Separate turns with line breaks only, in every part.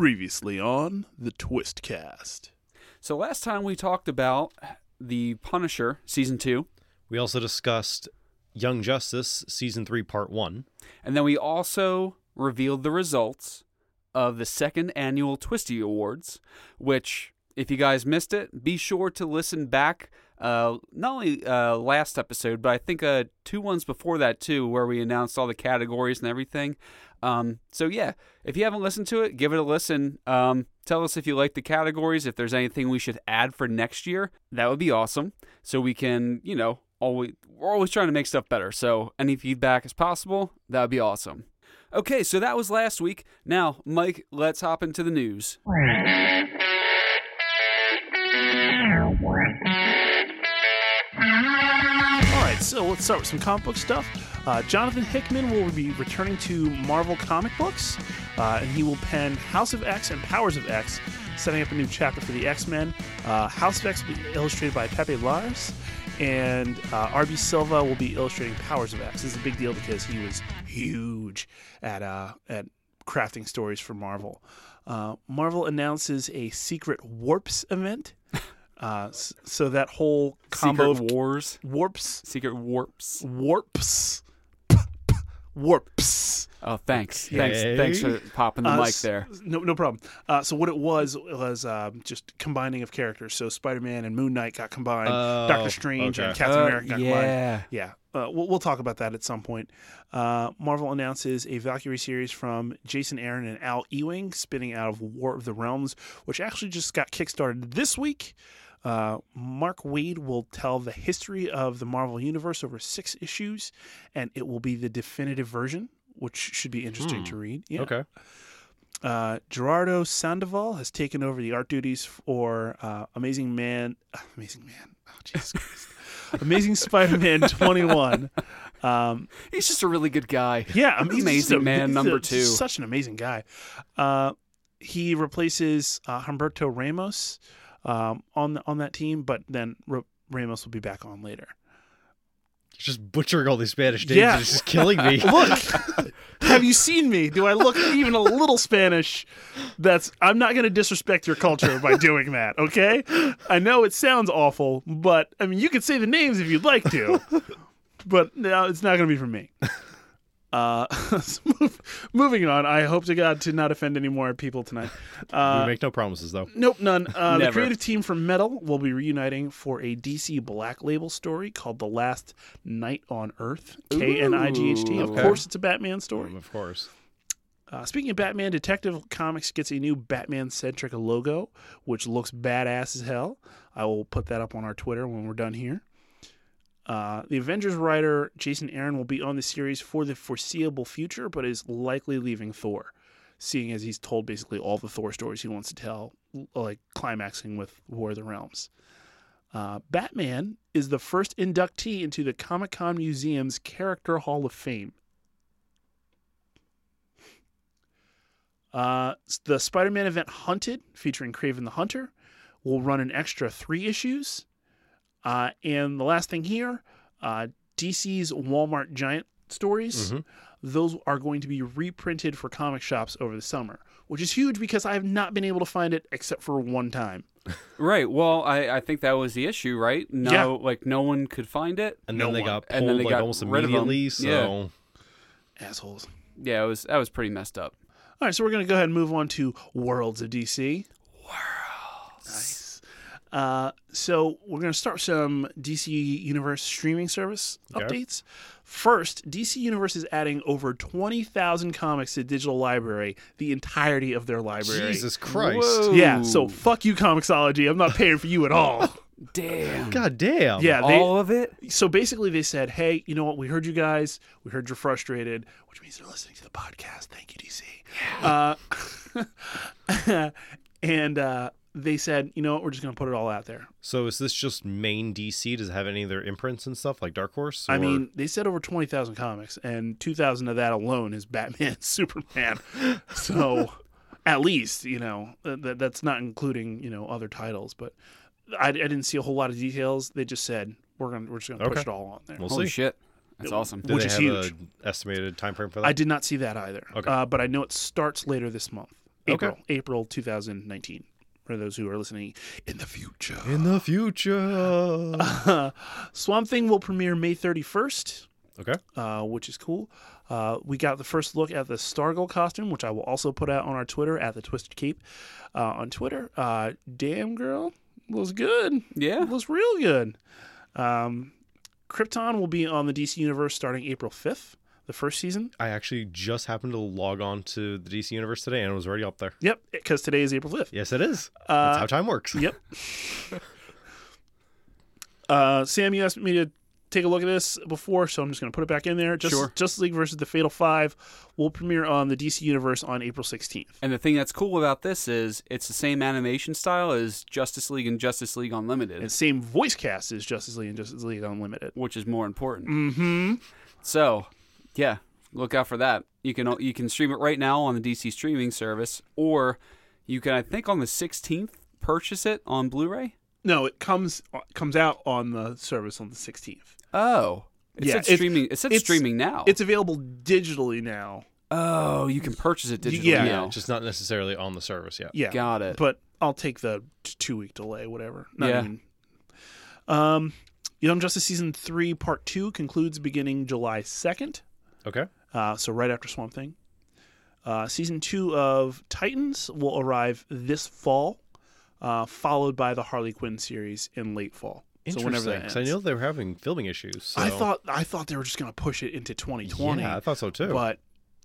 Previously on the Twistcast.
So last time we talked about the Punisher season two,
We also discussed Young Justice season three, part one.
and then we also revealed the results of the second annual Twisty Awards. Which, if you guys missed it, be sure to listen back. Uh, not only uh, last episode, but I think uh, two ones before that too, where we announced all the categories and everything. Um, so yeah, if you haven't listened to it, give it a listen. Um, tell us if you like the categories, if there's anything we should add for next year. That would be awesome. So we can, you know, always we're always trying to make stuff better. So any feedback is possible. That would be awesome. Okay, so that was last week. Now, Mike, let's hop into the news.
All right, so let's start with some comic book stuff. Uh, Jonathan Hickman will be returning to Marvel comic books, uh, and he will pen House of X and Powers of X, setting up a new chapter for the X Men. Uh, House of X will be illustrated by Pepe Lars, and uh, RB Silva will be illustrating Powers of X. This is a big deal because he was huge at uh, at crafting stories for Marvel. Uh, Marvel announces a secret warps event. Uh, s- so that whole combo of
Secret Wars,
warps
Secret Warps.
warps. P- p- Warps.
Oh, thanks,
Okay.
thanks, thanks for popping the
Uh,
mic
s-
there.
No, no problem. Uh, so what it was was um, just combining of characters. So Spider-Man and Moon Knight got combined.
Oh,
Doctor Strange and
okay.
Captain
Uh,
America got combined.
yeah.
Yeah, uh, we'll, we'll talk about that at some point. Uh, Marvel announces a Valkyrie series from Jason Aaron and Al Ewing, spinning out of War of the Realms, which actually just got kickstarted this week. Uh, Mark Wade will tell the history of the Marvel Universe over six issues, and it will be the definitive version, which should be interesting to read. Yeah.
Okay.
Uh, Gerardo Sandoval has taken over the art duties for uh, Amazing Man, Amazing Man, oh Jesus Christ, Amazing Spider-Man 21. Um,
He's just a really good guy.
yeah, I mean, he's
Amazing
just a-
Man
he's
number
a-
two.
Such an amazing guy. Uh, he replaces uh, Humberto Ramos um, on the, on that team, but then Ra- Ramos will be back on later.
Just butchering all these Spanish names
Yeah.
is just killing me.
Look, have you seen me? Do I look even a little Spanish? That's I'm not going to disrespect your culture by doing that, okay? I know it sounds awful, but I mean you could say the names if you'd like to. But no, it's not going to be for me. Uh, so move- moving on. I hope to God to not offend any more people tonight. Uh,
we make no promises though.
Nope, none. Uh, the
Never.
creative team from Metal will be reuniting for a DC Black Label story called "The Last Night on Earth." K N I G H T. Of
Ooh, okay.
course, it's a Batman story.
Of course.
Uh, speaking of Batman, Detective Comics gets a new Batman-centric logo, which looks badass as hell. I will put that up on our Twitter when we're done here. Uh, the Avengers writer Jason Aaron will be on the series for the foreseeable future, but is likely leaving Thor, seeing as he's told basically all the Thor stories he wants to tell, l- like climaxing with War of the Realms. Uh, Batman is the first inductee into the Comic Con Museum's Character Hall of Fame. Uh, s- the Spider Man event Hunted, featuring Craven the Hunter, will run an extra three issues. Uh, and the last thing here uh, DC's Walmart Giant stories.
Mhm.
Those are going to be reprinted for comic shops over the summer, which is huge because I have not been able to find it except for one time.
Right. Well, I, I think that was the issue, right? No,
Yeah.
like no one could find it.
And
No
then they
one.
got pulled
And then they
like
got
almost
rid of 'em.
immediately. So
Yeah.
Assholes.
Yeah, it was that was pretty messed up.
All right, so we're going to go ahead and move on to Worlds of DC. Worlds. Nice. Uh, so we're going to start with some DC Universe streaming service
Okay.
updates. First, DC Universe is adding over 20,000 comics to digital library, the entirety of their library.
Jesus Christ.
Whoa.
Yeah, so fuck you, Comixology. I'm not paying for you at all.
Damn.
God damn.
yeah, they,
All of it?
so basically they said, "Hey, you know what? We heard you guys. We heard you're frustrated, which means they're listening to the podcast. Thank you, DC." Uh, and uh, they said, "You know what? We're just going to put it all out there."
So is this just main DC? Does it have any of their imprints and stuff like Dark Horse?
I
or-
mean, they said over twenty thousand comics, and two thousand of that alone is Batman, and Superman. so, at least you know th- th- that's not including you know other titles. But I, I didn't see a whole lot of details. They just said we're going to we're just going to push
Okay.
it all on there.
we'll
Holy
see.
shit. That's awesome.
Do
which
they
is
have
huge.
an estimated time frame for that?
I did not see that either.
Okay.
Uh, but I know it starts later this month.
Okay.
April, April 2019. For those who are listening in the future,
In the future.
Swamp Thing will premiere May 31st,
okay.
uh, which is cool. Uh, we got the first look at the Stargirl costume, which I will also put out on our Twitter at the Twisted Cape uh, on Twitter. Uh, damn girl, looks good.
Yeah.
Looks real good. Um, Krypton will be on the DC Universe starting April 5th, the first season.
I actually just happened to log on to the DC Universe today and it was already up there.
Yep, because today is April 5th.
Yes, it is. That's
Uh,
how time works.
Yep. uh, Sam, you asked me to take a look at this before, so I'm just going to put it back in there. Just,
Sure.
Justice League versus the Fatal Five will premiere on the DC Universe on April 16th.
And the thing that's cool about this is it's the same animation style as Justice League and Justice League Unlimited,
And same voice cast as Justice League and Justice League Unlimited.
which is more important.
Mm-hmm.
So, yeah, look out for that. You can you can stream it right now on the DC streaming service, or you can I think on the 16th purchase it on Blu-ray.
No, it comes comes out on the service on the 16th.
Oh, it
Yeah,
said
it's-
streaming. It said
it's-
streaming now.
Oh.
It's available digitally now.
oh, you can purchase it digitally
Yeah.
now.
Just not necessarily on the service yet.
Yeah.
Got it.
But I'll take the two week delay, whatever. Not
Yeah.
even. Um, Young Justice season three, part two concludes beginning July second.
Okay.
Uh, so right after Swamp Thing. Uh, season two of Titans will arrive this fall, uh, followed by the Harley Quinn series in late fall. So
Interesting.
whenever that
'cause
ends.
I know they were having filming issues. So.
I thought I thought they were just going to push it into 2020,
Yeah, I thought so too.
but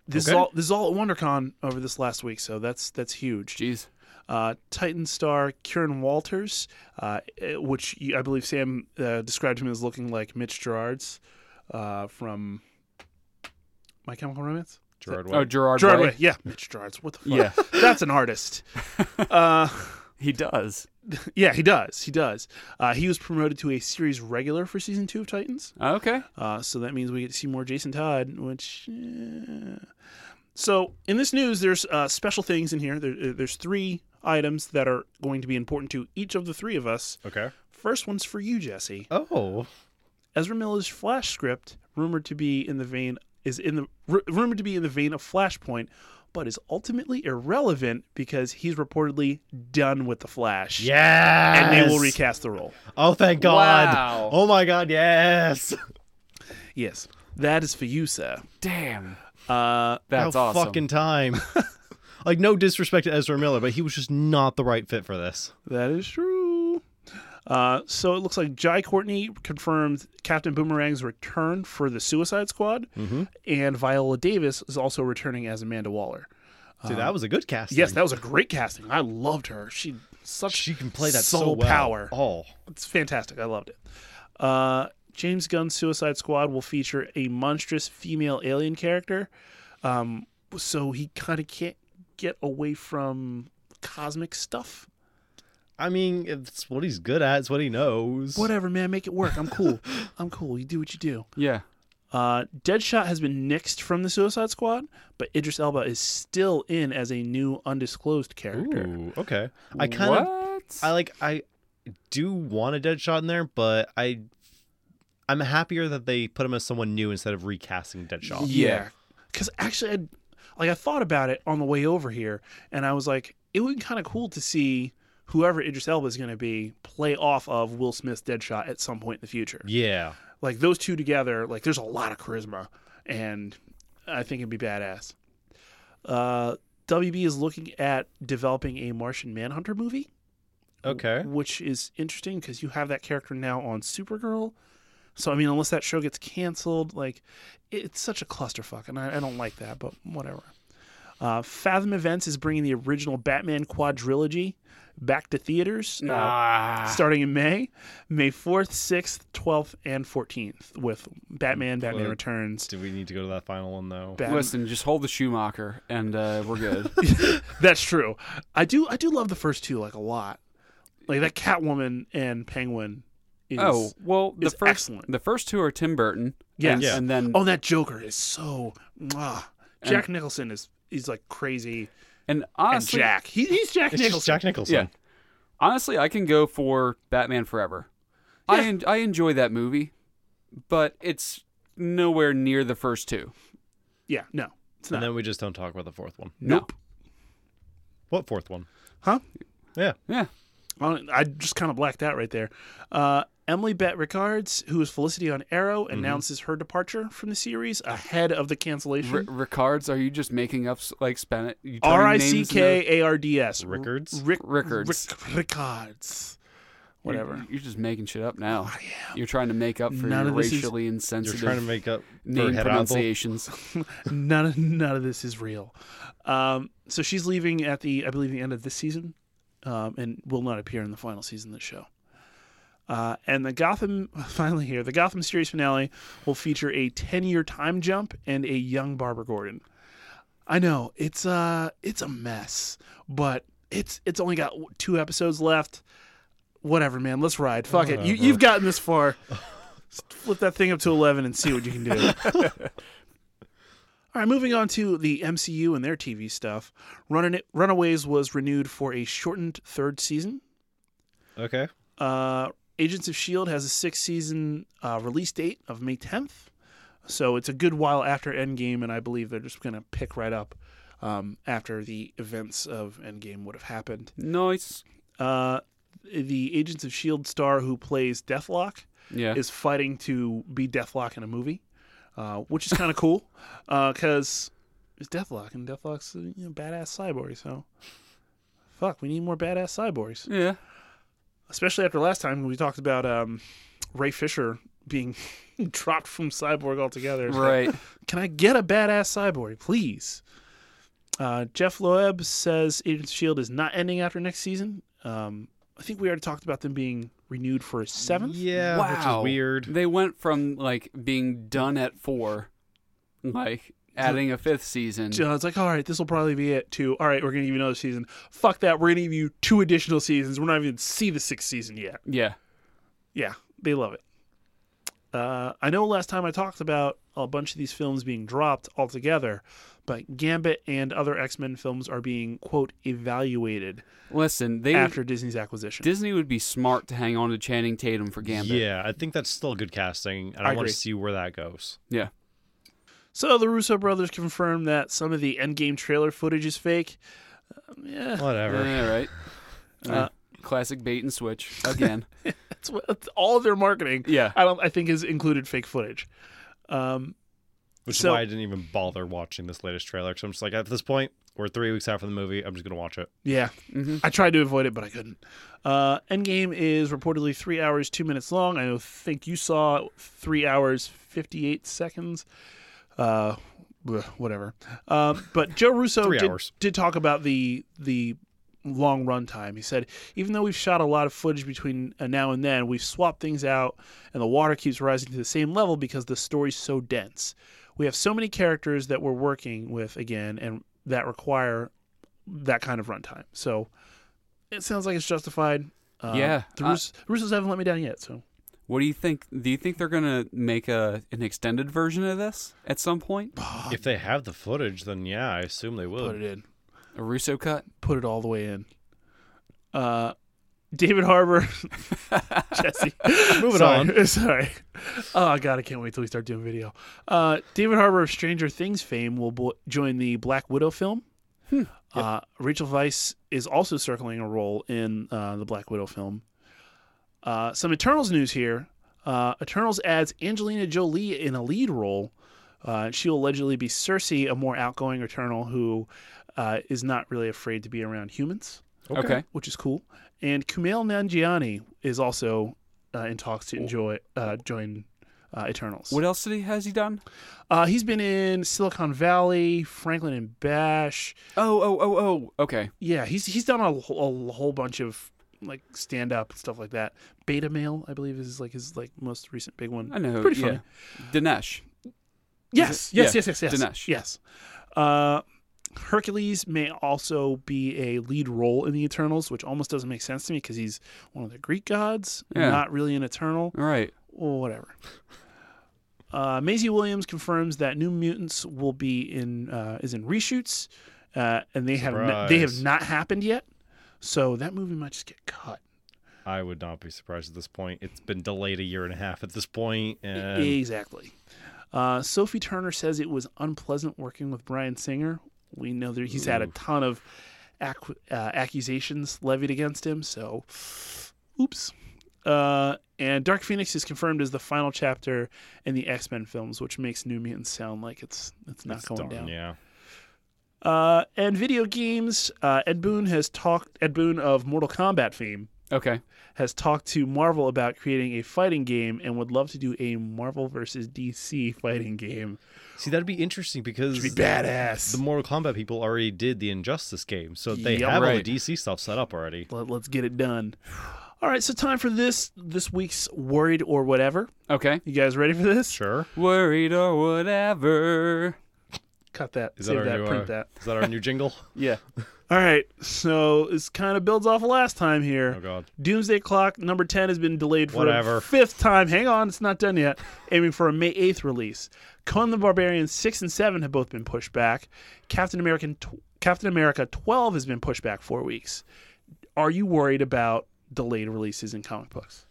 this is
Okay.
all this is all at WonderCon over this last week, so that's that's huge.
Jeez.
uh, Titan star Kieran Walters, uh, eh, which you- I believe Sam uh, described him as looking like Mitch Gerards uh, from My Chemical Romance.
Gerard
Oh,
Way.
Gerard.
Gerard
Way.
Way, yeah, Mitch Gerards. What the fuck?
Yeah,
That's an artist. uh,
he does.
yeah, he does. He does. Uh, he was promoted to a series regular for season two of Titans.
Okay.
Uh, so that means we get to see more Jason Todd, which. eh. So in this news, there's uh, special things in here. There, uh, there's three items that are going to be important to each of the three of us.
okay.
First one's for you, Jesse.
Oh.
Ezra Miller's Flash script, rumored to be in the vein, is in the ru- rumored to be in the vein of Flashpoint, but is ultimately irrelevant because he's reportedly done with the Flash.
Yes.
and they will recast the role.
Oh, thank God.
Wow.
Oh my God. Yes.
Yes, that is for you, sir.
Damn.
Uh,
That's
About
awesome.
fucking time. like no disrespect to Ezra Miller, but he was just not the right fit for this.
That is true. Uh, so it looks like Jai Courtney confirmed Captain Boomerang's return for the Suicide Squad, and Viola Davis is also returning as Amanda Waller.
Dude, that was a good casting.
Uh, Yes, that was a great casting. I loved her. She such
she can play that so
soul
well.
power.
Oh,
It's fantastic. I loved it. Uh, James Gunn's Suicide Squad will feature a monstrous female alien character, um, so he kind of can't get away from cosmic stuff.
I mean, it's what he's good at. It's what he knows.
Whatever, man, make it work. I'm cool. I'm cool. You do what you do.
Yeah.
Uh, Deadshot has been nixed from the Suicide Squad, but Idris Elba is still in as a new undisclosed character.
Ooh, okay. I kind of,
What?
I like, I do want a dead shot in there, but I, I'm happier that they put him as someone new instead of recasting Deadshot.
Yeah.
because actually, I like I thought about it on the way over here, and I was like, it would be kind of cool to see whoever Idris Elba is going to be play off of Will Smith's Deadshot at some point in the future.
Yeah.
Like those two together, like there's a lot of charisma, and I think it'd be badass. Uh, WB is looking at developing a Martian Manhunter movie.
Okay.
which is interesting because you have that character now on Supergirl. So I mean, unless that show gets canceled, like it's such a clusterfuck, and I, I don't like that. But whatever. Uh, Fathom Events is bringing the original Batman quadrilogy back to theaters, uh,
Nah.
starting in May, May fourth, sixth, twelfth, and fourteenth, with Batman, Batman
Well,
Returns.
Do we need to go to that final one though?
Bat-
Listen, just hold the Schumacher, and uh, we're good.
That's true. I do. I do love the first two like a lot. Like that Catwoman and Penguin. Is,
oh well, the
is
first
excellent.
the first two are Tim Burton.
Yes.
and,
Yeah.
and then
Oh, that Joker is so. Mwah. Jack Nicholson is he's like crazy.
and
And
honestly,
Jack, he, he's Jack
It's just
Nicholson.
Jack Nicholson.
yeah, honestly, I can go for Batman Forever. I en- I enjoy that movie, but it's nowhere near the first two.
Yeah, no, it's
And
not.
then we just don't talk about the fourth one.
No.
Nope.
What fourth one?
Huh?
Yeah.
Yeah.
Well, I just kind of blacked out right there. Uh, Emily Bett Ricards, who is Felicity on Arrow,
Mm-hmm.
announces her departure from the series ahead of the cancellation.
R- Rickards, are you just making up s- like Spanish? you turning
R I C
names into-
K A R D S.
Rickards?
Rick,
Rickards.
Rick, Rickards. Whatever.
You're, you're just making shit up now.
I am.
You're trying to make up for
None
your
of this is-
racially
You're
insensitive
trying to make up for
name
head
pronunciations.
None of, none of this is real. Um, so she's leaving at the, I believe, the end of this season um, and will not appear in the final season of the show. Uh, and the Gotham, finally here, the Gotham series finale will feature a 10 year time jump and a young Barbara Gordon. I know it's uh it's a mess, but it's it's only got two episodes left. Whatever, man. Let's ride. Fuck it. You, you've gotten this far. Flip that thing up to eleven and see what you can do. All right, moving on to the MCU and their TV stuff. Run- Runaways was renewed for a shortened third season.
Okay.
Uh, Agents of S.H.I.E.L.D. has a sixth season uh, release date of May 10th. So it's a good while after Endgame, and I believe they're just going to pick right up um, after the events of Endgame would have happened.
nice.
Uh, the Agents of S.H.I.E.L.D. E star who plays Deathlock
Yeah.
is fighting to be Deathlock in a movie, uh, which is kind of cool because it's Deathlock and Deathlock's a you know, badass cyborg. So, fuck, we need more badass cyborgs,
yeah.
especially after last time when we talked about um, Ray Fisher being dropped from cyborg altogether. It's like,
Right.
Can I get a badass cyborg, please? Uh, Jeff Loeb says Agents of Shield E is not ending after next season. Um, I think we already talked about them being renewed for a seventh.
Yeah, which
Wow.
is weird.
They went from like being done at four, like adding a fifth season.
John's like, all right, this will probably be it. To all right, we're gonna give you another season. Fuck that, we're gonna give you two additional seasons. We're not even see the sixth season yet.
yeah.
Yeah, they love it. Uh, I know last time I talked about a bunch of these films being dropped altogether, but Gambit and other X Men films are being quote evaluated
Listen, they
after Disney's acquisition.
Disney would be smart to hang on to Channing Tatum for Gambit.
Yeah, I think that's still good casting, and I,
I
want
agree.
to see where that goes.
Yeah.
so the Russo brothers confirmed that some of the Endgame trailer footage is fake. Um, yeah,
Whatever.
Yeah, right.
Uh,
Uh, classic bait and switch again.
that's what that's all of their marketing.
yeah.
I don't. I think is included fake footage. Um,
Which
So-
is why I didn't even bother watching this latest trailer. Because I'm just like, at this point, we're three weeks out from the movie. I'm just gonna watch it.
Yeah.
Mm-hmm.
I tried to avoid it, but I couldn't. Uh, Endgame is reportedly three hours, two minutes long. I think you saw three hours, 58 seconds. Uh, bleh, whatever. Um, but Joe Russo
Three
did,
hours.
did talk about the the long run time. He said, even though we've shot a lot of footage between uh, now and then, we've swapped things out, and the water keeps rising to the same level because the story's so dense. We have so many characters that we're working with again, and that require that kind of runtime. So it sounds like it's justified. Uh,
Yeah,
the
I-
Rus- Russos haven't let me down yet. So
What do you think? Do you think they're gonna make a an extended version of this at some point?
If they have the footage, then yeah, I assume they
put
would.
it in,
A Russo cut?
put it all the way in. Uh, David Harbor, Jesse.
Moving
sorry, on. Sorry. Oh God, I can't wait till we start doing video. Uh, David Harbor of Stranger Things fame will bo- join the Black Widow film. Uh, Rachel Weisz is also circling a role in uh, the Black Widow film. Uh, some Eternals news here. Uh, Eternals adds Angelina Jolie in a lead role. Uh, she'll allegedly be Cersei, a more outgoing Eternal who uh, is not really afraid to be around humans
Okay.
which is cool. And Kumail Nanjiani is also uh, in talks to enjoy uh, join uh, Eternals.
What else did he has he done?
Uh, he's been in Silicon Valley, Franklin and Bash.
Oh oh oh oh. Okay.
Yeah, he's he's done a, wh- a whole bunch of like stand up and stuff like that. Beta Male, I believe, is like his like most recent big one.
I know. who-
Pretty
yeah.
funny.
Dinesh.
Yes,
Yeah,
yes, yes, yes, yes.
Dinesh.
Yes. Uh, Hercules may also be a lead role in the Eternals, which almost doesn't make sense to me because he's one of the Greek gods,
Yeah.
not really an Eternal.
All right.
Well, whatever. Uh, Maisie Williams confirms that New Mutants will be in uh, is in reshoots, uh, and they have not, they have
Surprise.
not happened yet. So that movie might just get cut.
I would not be surprised at this point. It's been delayed a year and a half at this point, and
E-, exactly. Uh, Sophie Turner says it was unpleasant working with Brian Singer. We know that he's had a ton of ac- uh, accusations levied against him. So, oops. Uh, and Dark Phoenix is confirmed as the final chapter in the X Men films, which makes New Mutants sound like it's it's not
That's
going
darn,
down.
Yeah.
Uh, and video games. Uh, Ed Boon has talked. Ed Boon of Mortal Kombat fame
Okay.
has talked to Marvel about creating a fighting game and would love to do a Marvel versus DC fighting game.
See, that'd be interesting because
It'd be badass.
the Mortal Kombat people already did the Injustice game, so they
Yeah,
have all
right.
the DC stuff set up already.
Let, let's get it done. All right, so time for this this week's worried or whatever.
Okay.
You guys ready for this?
Sure.
Worried or whatever.
Cut that.
Is that
save
our
that.
new,
print
uh,
that.
Is that our new jingle?
Yeah.
All right, so this kind of builds off of last time here.
Oh God.
Doomsday Clock number 10 has been delayed for a
Whatever.
fifth time. Hang on, it's not done yet. Aiming for a May 8th release. Conan the Barbarian 6 and 7 have both been pushed back. Captain American tw- Captain America 12 has been pushed back 4 weeks. Are you worried about delayed releases in comic books?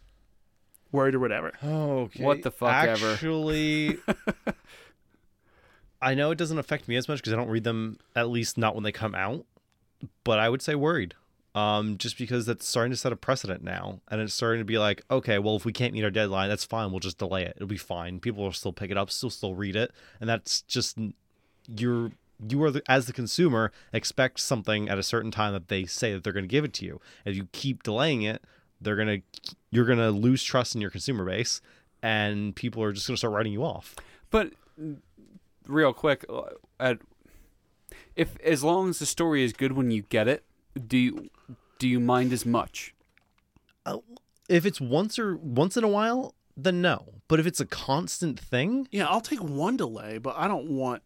Worried or whatever.
Okay.
What the fuck ever.
Actually, I know it doesn't affect me as much because I don't read them. At least not when they come out. But I would say worried, um, just because that's starting to set a precedent now, and it's starting to be like, okay, well, if we can't meet our deadline, that's fine. We'll just delay it. It'll be fine. People will still pick it up, still still read it, and that's just you're you are the, as the consumer expect something at a certain time that they say that they're going to give it to you if you keep delaying it they're going to you're going to lose trust in your consumer base and people are just going to start writing you off
But mm, real quick, uh, at, if as long as the story is good when you get it, do you do you mind as much?
if it's once or once in a while then no but if it's a constant thing
Yeah, I'll take one delay, but I don't want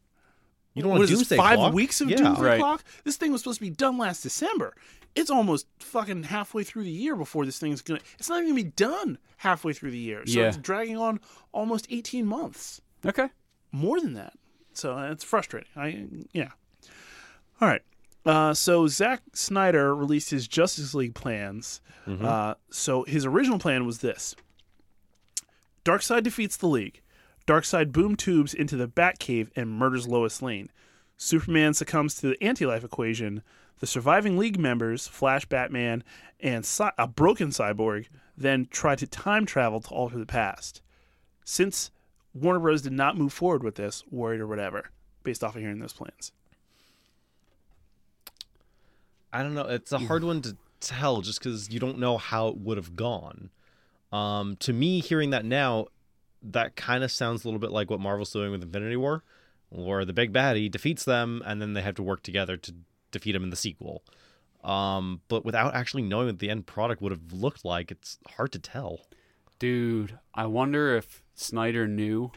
you don't want
what is this,
doomsday
five
clock.
weeks of
yeah.
doomsday
Right.
clock. This thing was supposed to be done last December. It's almost fucking halfway through the year before this thing's gonna. It's not even gonna be done halfway through the year. So
Yeah.
it's dragging on almost eighteen months,
Okay.
more than that. So it's frustrating. I yeah. All right. Uh, so Zack Snyder released his Justice League plans. Uh, so his original plan was this: Darkseid defeats the League. Darkseid boom tubes into the Batcave and murders Lois Lane. Superman succumbs to the anti-life equation. The surviving League members, Flash, Batman, and Cy- a broken Cyborg, then try to time travel to alter the past. Since Warner Bros. did not move forward with this, worried or whatever, based off of hearing those plans.
I don't know. It's a hard one to tell just because you don't know how it would have gone. Um, to me, hearing that now, that kind of sounds a little bit like what Marvel's doing with Infinity War, where the big baddie defeats them and then they have to work together to defeat him in the sequel. Um, but without actually knowing what the end product would have looked like, it's hard to tell.
Dude, I wonder if Snyder knew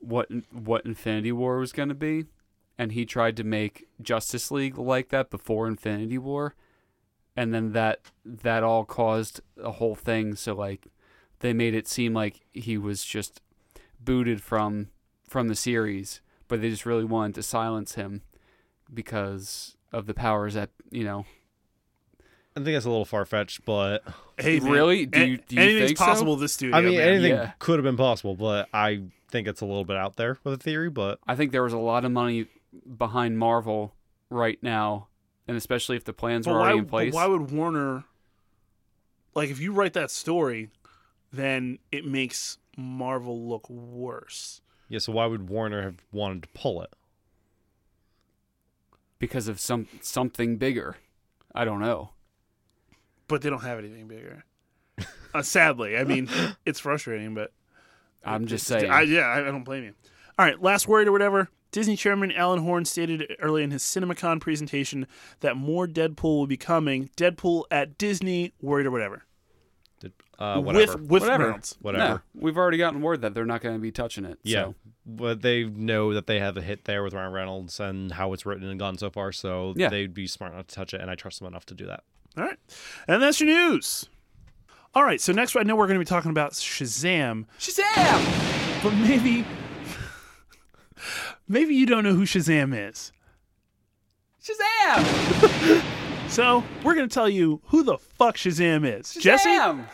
what what Infinity War was going to be and he tried to make Justice League like that before Infinity War and then that that all caused a whole thing so like they made it seem like he was just booted from from the series but they just really wanted to silence him because of the powers that you know
I think that's a little far fetched, but
Hey, man,
Really? Do
a-
you- do you
anything's
think so?
possible this studio?
I mean,
man.
anything
yeah.
could have been possible, but I think it's a little bit out there with a theory, but
I think there was a lot of money behind Marvel right now, and especially if the plans
But
were
why,
already in
but
place.
why would Warner like if you write that story, then it makes Marvel look worse.
yeah, so why would Warner have wanted to pull it?
because of some something bigger. I don't know.
But they don't have anything bigger. Uh, sadly, I mean, it's frustrating, but
I'm just saying.
I, yeah, I, I don't blame you. All right, last word or whatever. Disney chairman Alan Horn stated early in his CinemaCon presentation that more Deadpool will be coming. Depol at Disney, worried or whatever.
Did- Uh, whatever.
With with
Whatever.
Reynolds.
whatever.
No, we've already gotten word that they're not going to be touching it.
Yeah.
so-
But they know that they have a hit there with Ryan Reynolds and how it's written and gone so far, so
Yeah.
they'd be smart not to touch it, and I trust them enough to do that.
All right. And that's your news. All right. So next, I know we're going to be talking about Shazam,
Shazam!
but maybe, maybe you don't know who Shazam is.
Shazam!
So we're going to tell you who the fuck Shazam is. Jesse.
Shazam!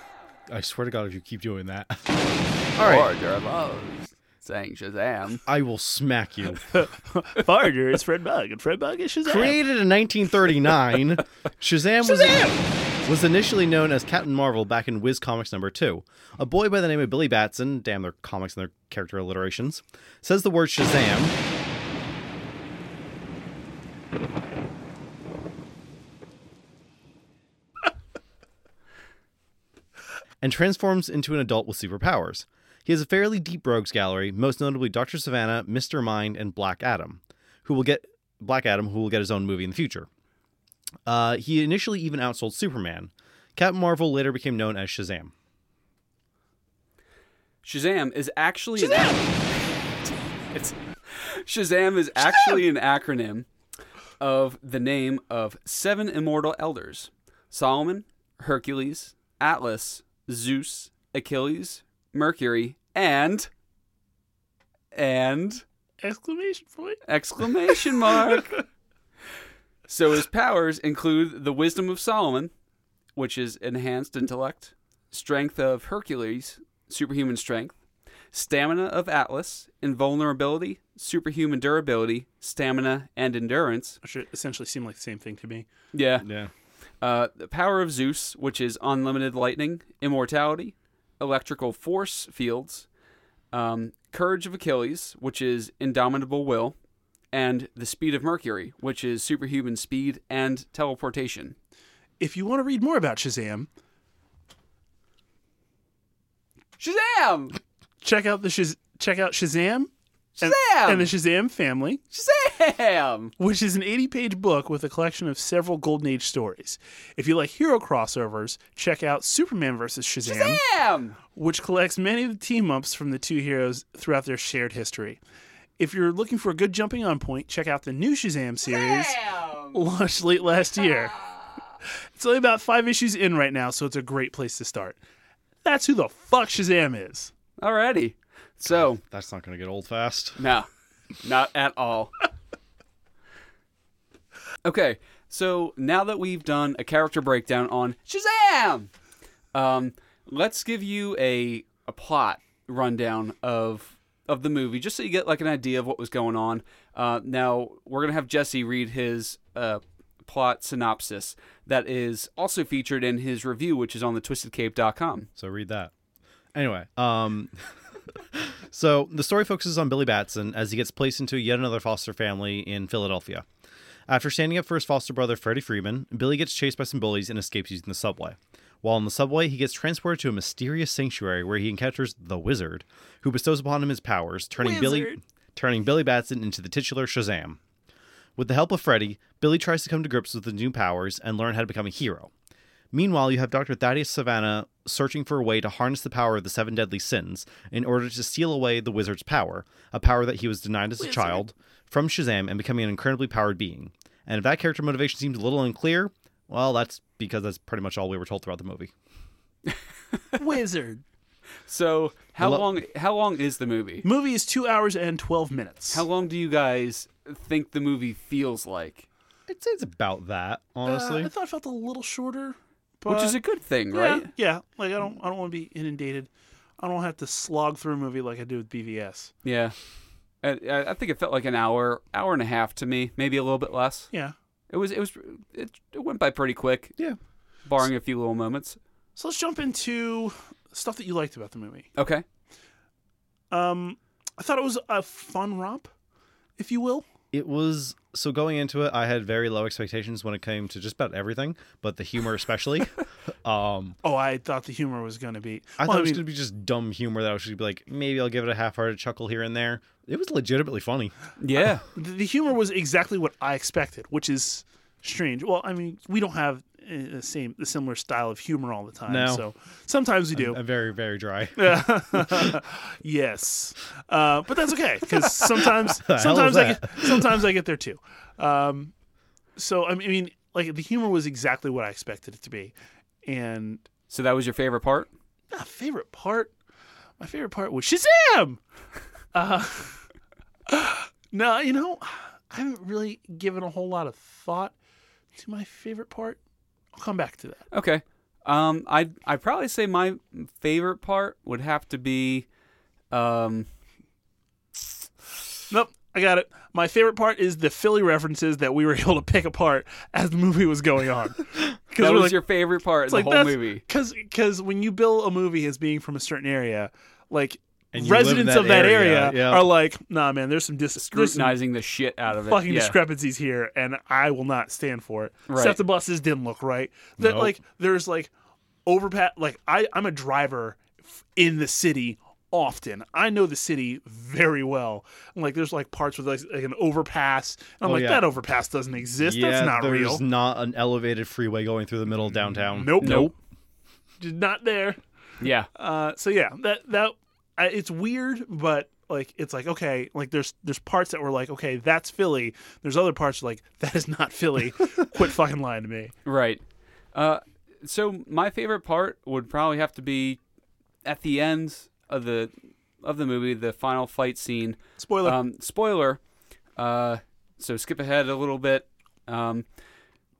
I swear to God, if you keep doing that.
All right. Order of Oz. saying Shazam.
I will smack you.
Farger is Fred Bug, and Fred Bug is Shazam.
Created in 1939, Shazam, Was, was initially known as Captain Marvel back in Wiz Comics number 2. A boy by the name of Billy Batson, damn their comics and their character alliterations, says the word Shazam. and transforms into an adult with superpowers. He has a fairly deep rogues gallery, most notably Dr. Savannah, Mr. Mind, and Black Adam, who will get Black Adam, who will get his own movie in the future. Uh, he initially even outsold Superman. Captain Marvel later became known as Shazam.
Shazam is actually Shazam! it's, Shazam is actually an acronym of the name of seven immortal elders: Solomon, Hercules, Atlas, Zeus, Achilles, Mercury, and and
Exclamation point.
exclamation mark. so his powers include the wisdom of Solomon, which is enhanced intellect, strength of Hercules, superhuman strength, stamina of Atlas, invulnerability, superhuman durability, stamina and endurance.
Which essentially seemed like the same thing to me.
Yeah.
Yeah.
Uh, the power of Zeus, which is unlimited lightning, immortality, electrical force fields, um, courage of Achilles, which is indomitable will, and the speed of Mercury, which is superhuman speed and teleportation.
If you want to read more about Shazam,
Shazam!
check out the Shaz- check out Shazam and,
Shazam!
and the Shazam family,
Shazam!
which is an 80-page book with a collection of several Golden Age stories. If you like hero crossovers, check out Superman vs. Shazam.
Shazam!
which collects many of the team ups from the two heroes throughout their shared history. If you're looking for a good jumping on point, check out the new Shazam series launched late last year. It's only about five issues in right now, so it's a great place to start. That's who the fuck Shazam is.
Alrighty. So,
That's not going to get old fast.
no, not at all. Okay, so now that we've done a character breakdown on Shazam, um, let's give you a a plot rundown of of the movie, just so you get like an idea of what was going on. Uh, now we're gonna have Jesse read his uh, plot synopsis that is also featured in his review, which is on the twistedcape.com.
So read that. Anyway, um so the story focuses on Billy Batson as he gets placed into yet another foster family in Philadelphia. After standing up for his foster brother Freddie Freeman, Billy gets chased by some bullies and escapes using the subway. While on the subway, he gets transported to a mysterious sanctuary where he encounters the Wizard, who bestows upon him his powers, turning Billy
Wizard.
turning Billy Batson into the titular Shazam. With the help of Freddy, Billy tries to come to grips with the new powers and learn how to become a hero. Meanwhile, you have Dr. Thaddeus Savannah searching for a way to harness the power of the seven deadly sins in order to steal away the wizard's power, a power that he was denied as a child, from Shazam and becoming an incredibly powered being. And if that character motivation seems a little unclear, well, that's because that's pretty much all we were told throughout the movie.
Wizard.
So, how
Hello-
long how long is the movie?
Movie is two hours and 12 minutes.
How long do you guys think the movie feels like?
I'd say it's about that, honestly.
Uh, I thought it felt a little shorter. But
Which is a good thing,
yeah,
right?
Yeah. Like, I don't, I don't want to be inundated. I don't have to slog through a movie like I do with BVS.
Yeah. I- I, I think it felt like an hour, hour and a half to me, maybe a little bit less.
Yeah.
It was, it was, it, it went by pretty quick,
yeah.
barring a few little moments.
So let's jump into stuff that you liked about the movie.
Okay.
Um, I thought it was a fun romp, if you will.
It was so going into it, I had very low expectations when it came to just about everything, but the humor especially. um
Oh, I thought the humor was going to be.
I
well,
thought it was
mean,
going to be just dumb humor that I was just gonna be like, maybe I'll give it a half-hearted chuckle here and there. It was legitimately funny.
Yeah.
th- the humor was exactly what I expected, which is strange. Well, I mean, we don't have uh, the same, the similar style of humor all the time.
No.
So sometimes we do.
Uh, very, very dry.
yes, uh, but that's okay because sometimes
hell
sometimes
was
I get, sometimes I get there too. Um, so I mean, like the humor was exactly what I expected it to be, and
So that was your favorite part?
my favorite part my favorite part was shazam uh, no you know i haven't really given a whole lot of thought to my favorite part i'll come back to that
Okay. Um, I'd, I'd probably say my favorite part would have to be, um,
Nope, I got it. My favorite part is the Philly references that we were able to pick apart as the movie was going on.
That was your favorite part in the whole movie.
Because because when you bill a movie as being from a certain area, like
And you live in
residents
that
of that area,
area, yeah.
are like, nah, man, there's some dis- there's some
Scrutinizing the shit out of it.
fucking
yeah.
discrepancies here, and I will not stand for it.
Right.
Except the buses didn't look right. That
Nope.
like there's like overpass. Like I I'm a driver f- in the city often. I know the city very well. And, like there's like parts with like, like an overpass. And I'm
Oh,
like
yeah.
that overpass doesn't exist.
yeah,
That's not
there's
real.
not an elevated freeway going through the middle of downtown.
nope.
Nope.
Just not there.
Yeah.
Uh, so yeah, that that I, it's weird, but like it's like okay, like there's there's parts that were like okay, that's Philly. There's other parts like that is not Philly. Quit fucking lying to me.
Right. Uh, so my favorite part would probably have to be at the end of the of the movie, the final fight scene.
Spoiler.
Um, spoiler. Uh, so skip ahead a little bit. Um,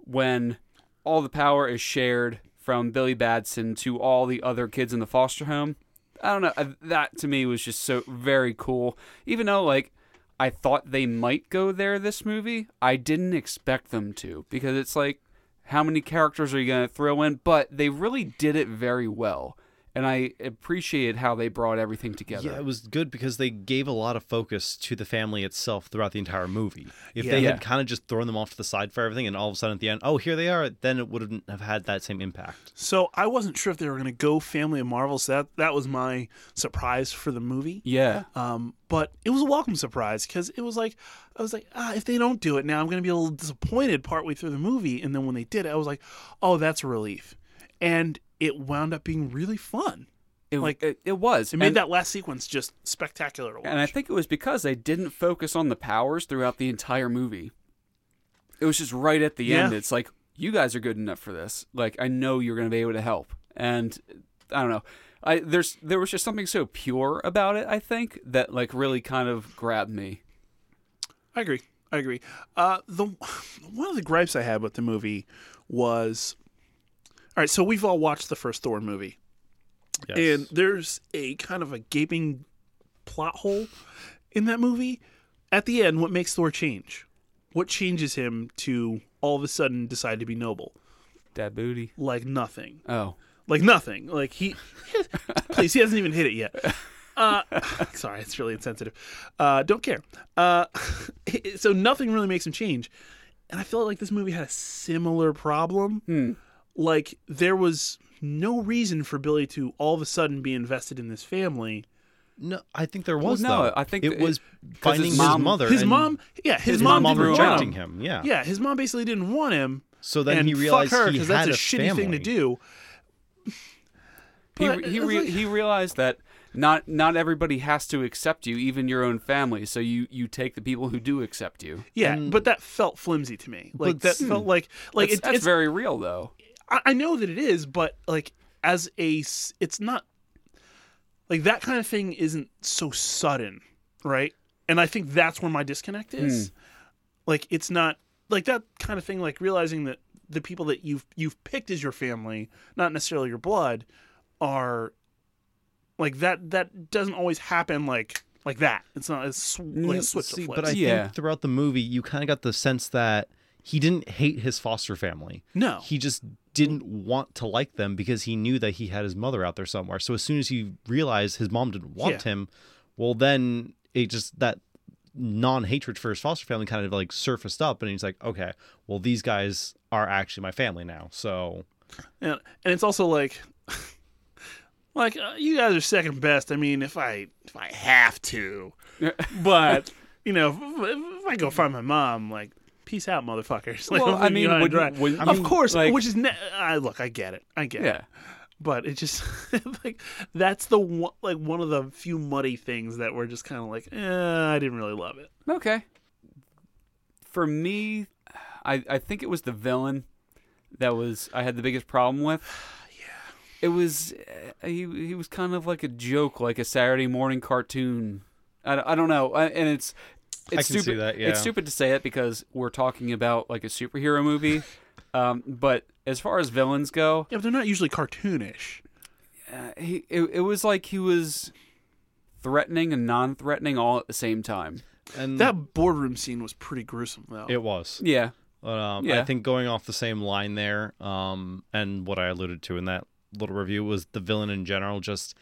when all the power is shared from Billy Batson to all the other kids in the foster home. I don't know. uh, That to me was just so very cool. Even though like I thought they might go there this movie, I didn't expect them to because it's like how many characters are you going to throw in? But they really did it very well. And I appreciated how they brought everything together.
Yeah, it was good because they gave a lot of focus to the family itself throughout the entire movie. If they
Yeah.
had kind of just thrown them off to the side for everything and all of a sudden at the end, oh, here they are, then it wouldn't have had that same impact.
so I wasn't sure if they were gonna go Family of Marvel. So that that was my surprise for the movie.
yeah.
Um, but it was a welcome surprise because it was like I was like, ah, if they don't do it now, I'm gonna be a little disappointed partway through the movie. And then when they did, it, I was like, oh, that's a relief. And it wound up being really fun.
It,
Like,
like it, it was.
It made
and,
that last sequence just spectacular to watch.
and I think it was because they didn't focus on the powers throughout the entire movie. It was just right at the
Yeah.
end. It's like you guys are good enough for this. Like I know you're going to be able to help. And I don't know. I there's there was just something so pure about it. I think that like really kind of grabbed me.
I agree. I agree. Uh, the one of the gripes I had with the movie was, all right. So we've all watched the first Thor movie.
Yes.
And there's a kind of a gaping plot hole in that movie. At the end, what makes Thor change? What changes him to all of a sudden decide to be noble?
Dad booty.
Like nothing.
Oh,
Like nothing. Like he, please, he hasn't even hit it yet. Uh, sorry, it's really insensitive. Uh, don't care. Uh, so nothing really makes him change, and I feel like this movie had a similar problem. Like there was no reason for Billy to all of a sudden be invested in this family.
No, I think there was.
no,
though.
I think
it
it-
was
'cause
finding
his
his,
mom-
mother.
His
and
mom, yeah, his,
his
mom,
mom
didn't want
rejecting
him.
him. Yeah.
Yeah, his mom basically didn't want him.
So then
and
he realized
fuck her
he
because that's
had
a,
a
shitty thing to
family.
do.
he
But
he
it's
re-
like-
he realized that not not everybody has to accept you, even your own family. So you you take the people who do accept you.
Yeah, but that felt flimsy to me. Like
But
that
s- Hmm.
felt like like
That's,
it-
that's
it's
very real though.
I, I know that it is, but like as a, s- it's not like that kind of thing isn't so sudden, right? And I think that's where my disconnect
Hmm.
is. Like it's not like that kind of thing. Like realizing that the people that you've you've picked as your family, not necessarily your blood, are like that. That doesn't always happen like like that. It's not it's sw- like a switch
See,
flip.
but I
Yeah.
think throughout the movie, you kind of got the sense that he didn't hate his foster family.
no,
He just didn't want to like them because he knew that he had his mother out there somewhere. So as soon as he realized his mom didn't want
Yeah.
him, well, then it just that non hatred for his foster family kind of like surfaced up, and he's like, okay, well, these guys are actually my family now. So
And, and it's also like, like uh, you guys are second best. I mean, if I if I have to, but you know, if, if I go find my mom, like, peace out, motherfuckers. Like,
Well,
I'm
I
leaving you
mean,
high and
would-
dry.
would- I
of
mean,
course,
like-
which is ne- I look, I get it, I get it,
Yeah.
but it just like that's the one, like one of the few muddy things that we're just kind of like, eh, I didn't really love it.
Okay. For me, I I think it was the villain that was I had the biggest problem with. yeah. It was uh, he he was kind of like a joke, like a Saturday morning cartoon. I, don't- I don't know, I, and it's it's
can see
stupid.
that, yeah.
It's stupid to say it because we're talking about like a superhero movie. um, but as far as villains go, uh,
Yeah, but they're not usually cartoonish.
he it, it was like he was threatening and non-threatening all at the same time.
And
That boardroom scene was pretty gruesome, though.
it was.
Yeah.
But, um, I
Yeah.
think going off the same line there, um, and what I alluded to in that little review was the villain in general. Just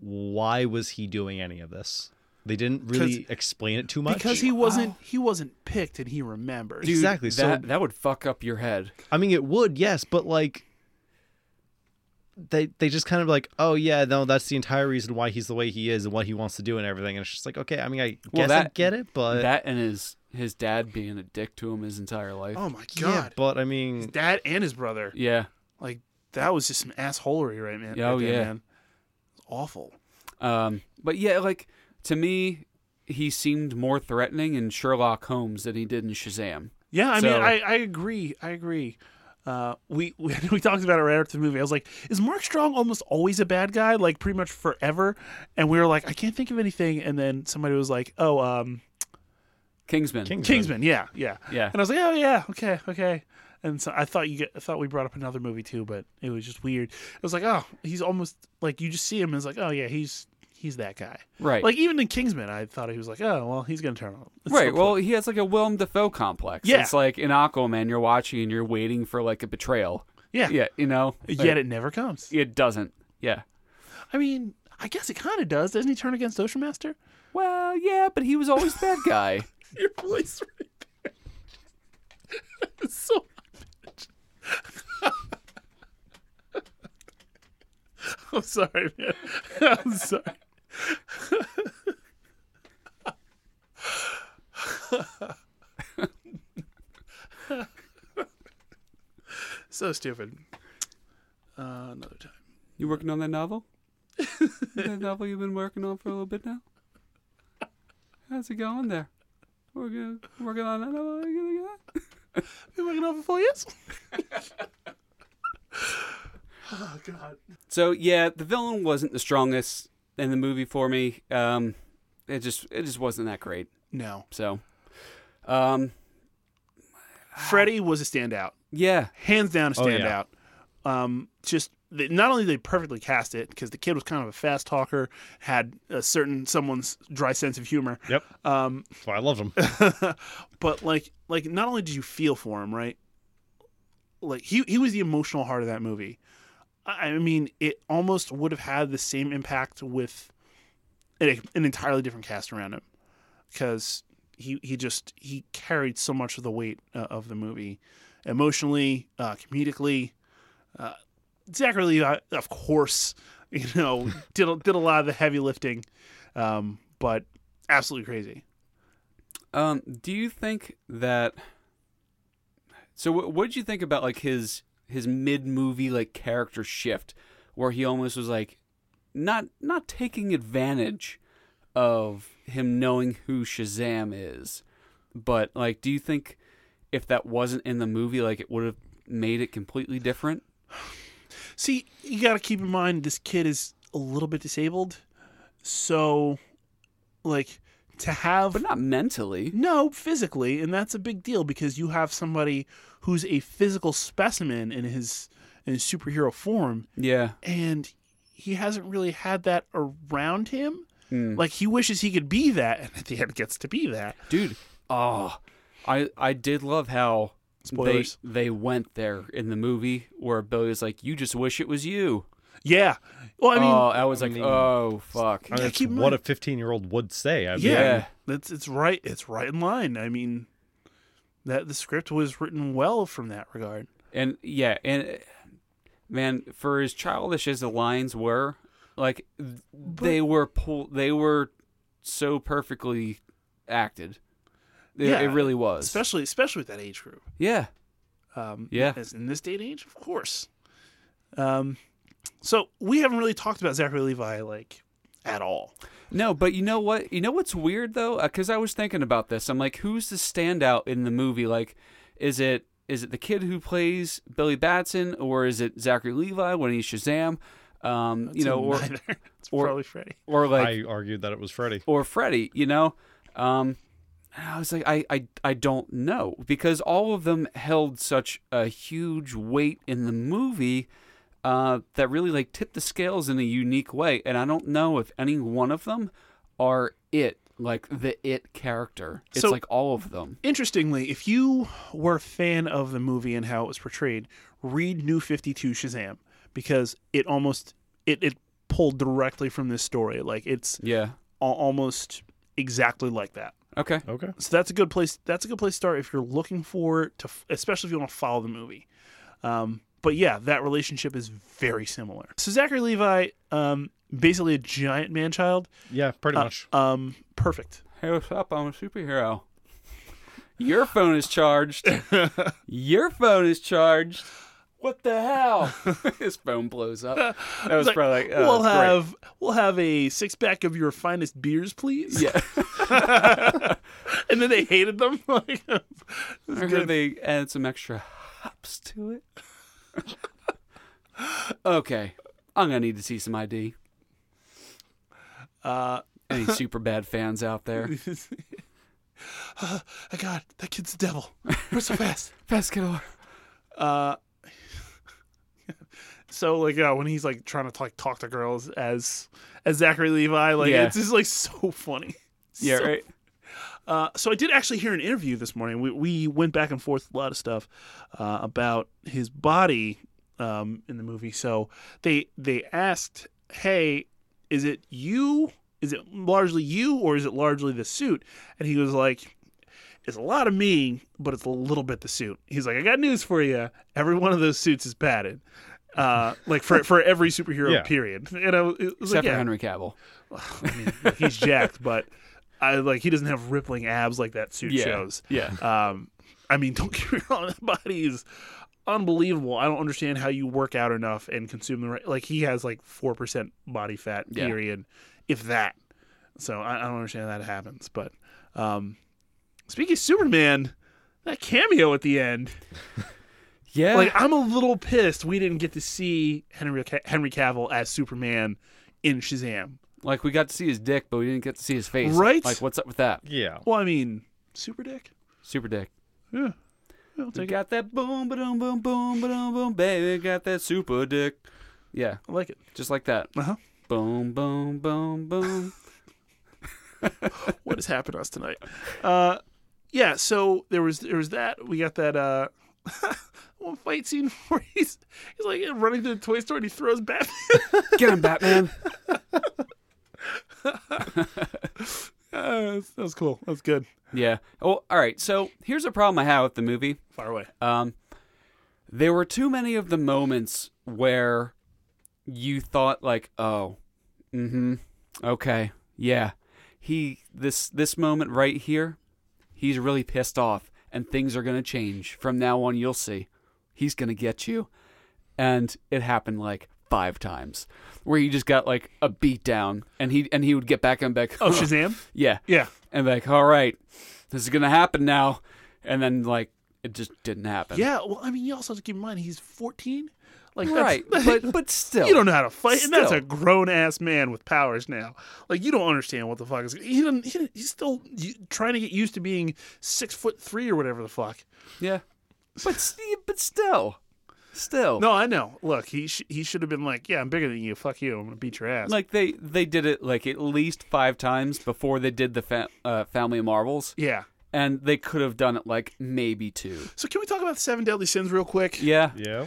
why was he doing any of this? They didn't really explain it too much.
because he wasn't he wasn't picked and he remembered.
Dude,
Exactly, so-
That, that would fuck up your head.
I mean, it would, yes, but like, they they just kind of like, oh yeah, no, that's the entire reason why he's the way he is and what he wants to do and everything. And it's just like, okay, I mean, I
Well,
guess I
that-
get it, but
that and his his dad being a dick to him his entire life.
oh my
yeah,
god,
but I mean,
dad and his brother,
Yeah.
like that was just some assholery, right, man?
Oh,
right there,
yeah.
man. It's awful.
Um, but yeah, like to me, he seemed more threatening in Sherlock Holmes than he did in Shazam.
Yeah, I
So-
mean, I, I agree. I agree. Uh, we, we we talked about it right after the movie. I was like, "Is Mark Strong almost always a bad guy? Like pretty much forever?" And we were like, "I can't think of anything." And then somebody was like, "Oh, um,
Kingsman.
Kingsman.
Kingsman." Yeah, yeah,
Yeah.
And I was like, "Oh yeah, okay, okay." And so I thought you get, I thought we brought up another movie too, but it was just weird. I was like, "Oh, he's almost like you just see him and it's like, oh yeah, he's he's that guy."
Right.
Like even in Kingsman, I thought he was like, "Oh well, he's gonna turn on." him." It's
right.
so-
Well, he has like a Willem Dafoe complex.
Yeah.
It's like in Aquaman, you're watching and you're waiting for like a betrayal.
yeah,
Yeah. You know. Like,
Yet it never comes.
it doesn't. Yeah.
I mean, I guess it kind of does. Doesn't he turn against Ocean Master?
Well, yeah, but he was always that guy.
Your voice right there. It's so I'm sorry, man. I'm sorry. so stupid. Uh, another time.
you working on that novel? that novel you've been working on for a little bit now. How's it going there? Working, working on that novel.
Been working on for four years. oh God.
So yeah, the villain wasn't the strongest in the movie for me. Um, it just it just wasn't that great.
No.
So, um,
Freddy was a standout,
yeah,
hands down a
Oh,
standout.
yeah.
Um, just they, not only they perfectly cast it because the kid was kind of a fast talker, had a certain someone's dry sense of humor.
Yep,
Um,
that's why I loved him.
but like like not only did you feel for him, right? Like he he was the emotional heart of that movie. I I mean, it almost would have had the same impact with an, an entirely different cast around him because he he just he carried so much of the weight uh, of the movie emotionally, uh, comedically. Uh, Zachary Levi, of course, you know, did a- did a lot of the heavy lifting, um, but absolutely crazy.
Um, do you think that? So, what what did you think about like his his mid movie like character shift, where he almost was like, not not taking advantage of him knowing who Shazam is, but like, do you think if that wasn't in the movie, like it would have made it completely different?
See, you got to keep in mind this kid is a little bit disabled, so like to have
But not mentally.
no physically, and that's a big deal because you have somebody who's a physical specimen in his in his superhero form,
Yeah.
and he hasn't really had that around him. Like he wishes he could be that, and at the end gets to be that.
dude. Oh, I I did love how
Spoilers.
they they went there in the movie where Billy was like, "You just wish it was you."
Yeah. Well, I mean,
oh, I was like,
mean-
"Oh fuck."
I mean,
Yeah,
that's
keep in
what
mind-
a fifteen-year-old would say. I mean,
yeah,
Yeah.
that's it's right. It's right in line. I mean, that the script was written well from that regard.
And yeah, and uh, man, for as childish as the lines were, like th- they were pull, they were so perfectly acted. It,
Yeah,
it really was.
especially especially with that age group.
yeah.
Um,
Yeah.
as in this day and age, of course. Um, so we haven't really talked about Zachary Levi like at all.
No, but you know what? You know what's weird though, because I was thinking about this. I'm like, who's the standout in the movie? Like, is it is it the kid who plays Billy Batson, or is it Zachary Levi when he's Shazam? Um, you know, or
Neither. it's
or-
probably Freddy.
or like
I argued that it was Freddy.
or Freddy, you know? Um, and I was like, I, I, I don't know because all of them held such a huge weight in the movie uh, that really like tipped the scales in a unique way. And I don't know if any one of them are it. like the it character. It's
So-
like all of them.
Interestingly, if you were a fan of the movie and how it was portrayed, read New 52 Shazam because it almost it it pulled directly from this story. Like it's
Yeah.
al- almost exactly like that.
Okay.
Okay.
So that's a good place. That's a good place to start if you're looking for to, especially if you want to follow the movie. Um, but yeah, that relationship is very similar. So Zachary Levi, um, basically a giant man child.
Yeah, pretty
Uh,
much.
um, perfect.
Hey, what's up? I'm a superhero. Your phone is charged. Your phone is charged. What the hell? His phone blows up. That
It's
was
like,
probably like, oh,
we'll
great.
have we'll have a six pack of your finest beers, please.
Yeah.
and then they hated them. Like, uh, it was
I heard
good.
they added some extra hops to it. okay. I'm going to need to see some ID.
Uh,
Any super bad fans out there?
oh God, that kid's the devil. We're so fast.
Fast get over.
Uh, so like uh, when he's like trying to like talk to girls as as Zachary Levi, like
Yeah.
it's just like so funny.
Yeah,
So-
right.
Uh, so I did actually hear an interview this morning. We we went back and forth a lot of stuff uh, about his body um, in the movie. So they they asked, "Hey, is it you? Is it largely you, or is it largely the suit?" And he was like, "It's a lot of me, but it's a little bit the suit." He's like, "I got news for you. Every one of those suits is padded." Uh, like for for every superhero
Yeah.
period, you know, it was like,
Except for
yeah,
Henry Cavill.
I mean, like, he's jacked, but I like he doesn't have rippling abs like that suit
Yeah.
shows.
Yeah.
Um, I mean, don't get me wrong, that body is unbelievable. I don't understand how you work out enough and consume the right. Like he has like four percent body fat,
Yeah.
period, if that. So I, I don't understand how that happens. But um, speaking of Superman, that cameo at the end,
Yeah.
like I'm a little pissed we didn't get to see Henry Ca- Henry Cavill as Superman in Shazam.
Like we got to see his dick, but we didn't get to see his face.
Right?
Like what's up with that?
Yeah.
Well, I mean, Super Dick.
Super dick.
Yeah. I'll
You
take it.
got that boom, boom, boom, boom, boom, boom, baby. Got that super dick. Yeah,
I like it.
just like that.
Uh huh.
Boom, boom, boom, boom.
What has happened to us tonight? Uh, yeah. So there was there was that. We got that uh, one fight scene where he's he's like running to the toy store and he throws Batman.
Get him, Batman.
Uh, that was cool. That was good.
yeah. Well, all right. So here's a problem I have with the movie.
Far away.
Um, there were too many of the moments where you thought like, oh, mm-hmm, okay, yeah, he this this moment right here, he's really pissed off, and things are gonna change from now on. You'll see, he's gonna get you, and it happened like five times where he just got like a beat down, and he and he would get back and back.
Oh, Shazam.
yeah,
Yeah.
and be like, all right, this is gonna happen now, and then like it just didn't happen.
Yeah. Well, I mean, you also have to keep in mind he's 14. Like that's-
right, but but still,
You don't know how to fight, and that's a
Still.
grown ass man with powers now. Like you don't understand what the fuck is. He doesn't. He, he's still you, trying to get used to being six foot three or whatever the fuck.
Yeah, but st- but still, still,
No, I know. Look, he sh- he should have been like, "Yeah, I'm bigger than you. Fuck you. I'm gonna beat your ass."
like they they did it like at least five times before they did the fa- uh, Family of Marvels,
yeah.
and they could have done it like maybe two.
So can we talk about the seven deadly sins real quick?
Yeah,
Yeah.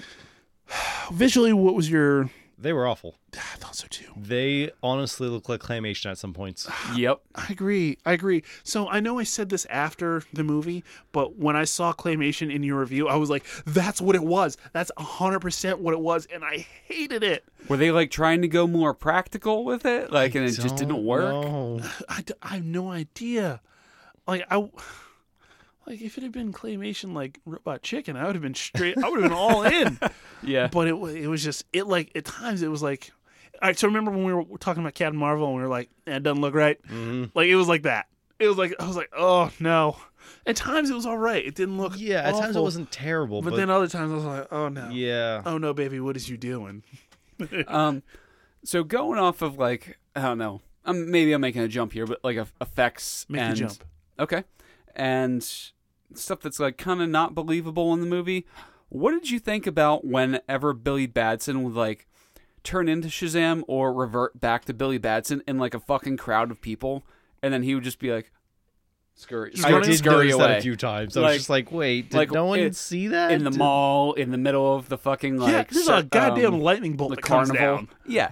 Visually, what was your?
They were awful.
I thought so too.
They honestly look like claymation at some points.
yep,
I agree. I agree. So I know I said this after the movie, but when I saw claymation in your review, I was like, "That's what it was. That's hundred percent what it was," and I hated it.
were they like trying to go more practical with it, like, and it just didn't
Don't
work?
know.
I, d- I have no idea. Like I, like if it had been claymation like Robot Chicken, I would have been straight. I would have been all in.
Yeah,
but it wa- it was just it like at times it was like all right so remember when we were talking about Captain Marvel and we were like eh, it doesn't look right like it was like that it was like I was like oh no at times it was all right it didn't look
Yeah, at times it
awful.
wasn't terrible,
but,
but,
then other times I was like oh
uh,
no
yeah.
oh no baby what is you doing
Um, so going off of like I don't know, um, maybe I'm making a jump here, but like eff- effects
Make the
and
jump.
okay, and stuff that's like kind of not believable in the movie. What did you think about whenever Billy Batson would like turn into Shazam or revert back to Billy Batson in like a fucking crowd of people? and then he would just be like, scurry,
I
scurry,
did
scurry
notice that
away
a few times. I
Like-
was just like, wait, did
like,
no one
it-
see that
in the
Did-
mall, in the middle of the fucking like,
yeah, there's
so-
a goddamn
um,
lightning bolt
the
that comes
carnival.
down.
Yeah,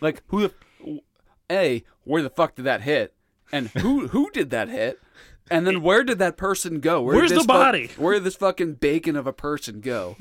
like who the, w- a where the fuck did that hit, and who who did that hit, and then where did that person go? Where did
Where's the
this fuck-
body?
where did this fucking bacon of a person go?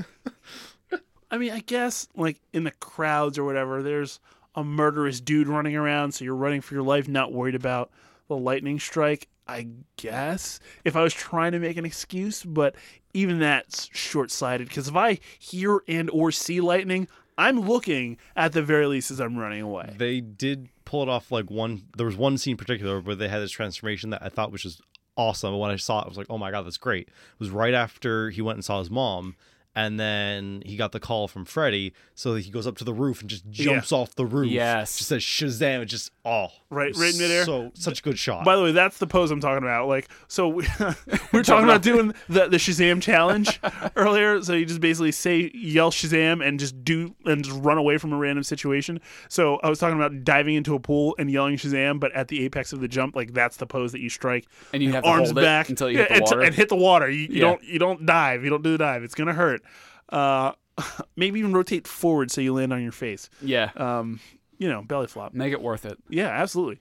I mean, I guess like in the crowds or whatever, there's a murderous dude running around, so you're running for your life, not worried about the lightning strike. I guess if I was trying to make an excuse, but even that's short-sighted because if I hear and or see lightning, I'm looking at the very least as I'm running away.
They did pull it off. Like one, there was one scene in particular where they had this transformation that I thought was just awesome. And when I saw it, I was like, oh my god, that's great. It was right after he went and saw his mom. And then he got the call from Freddy, so he goes up to the roof and just jumps off the roof.
Yes.
just says Shazam! It just oh,
Right-
it was
right in midair.
So such a good shot.
By the way, that's the pose I'm talking about. Like, so we, we were talking about doing the, the Shazam challenge earlier. So you just basically say, yell Shazam and just do, and just run away from a random situation. So I was talking about diving into a pool and yelling Shazam, but at the apex of the jump, like that's the pose that you strike.
And you have to
Arms
hold
back
it until you
Yeah,
hit the
and,
water.
and hit the water. You, you
Yeah.
don't, you don't dive. You don't do the dive. It's going to hurt. Uh, maybe even rotate forward so you land on your face.
yeah,
Um, you know, belly flop.
make it worth it.
Yeah, absolutely.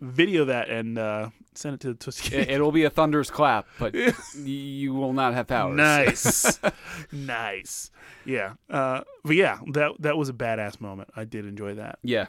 Video that and uh, send it to the Twisted Kid.
it. It'll be a thunderous clap, but y- you will not have powers.
Nice, nice. Yeah, uh, but yeah, that that was a badass moment. I did enjoy that.
Yeah.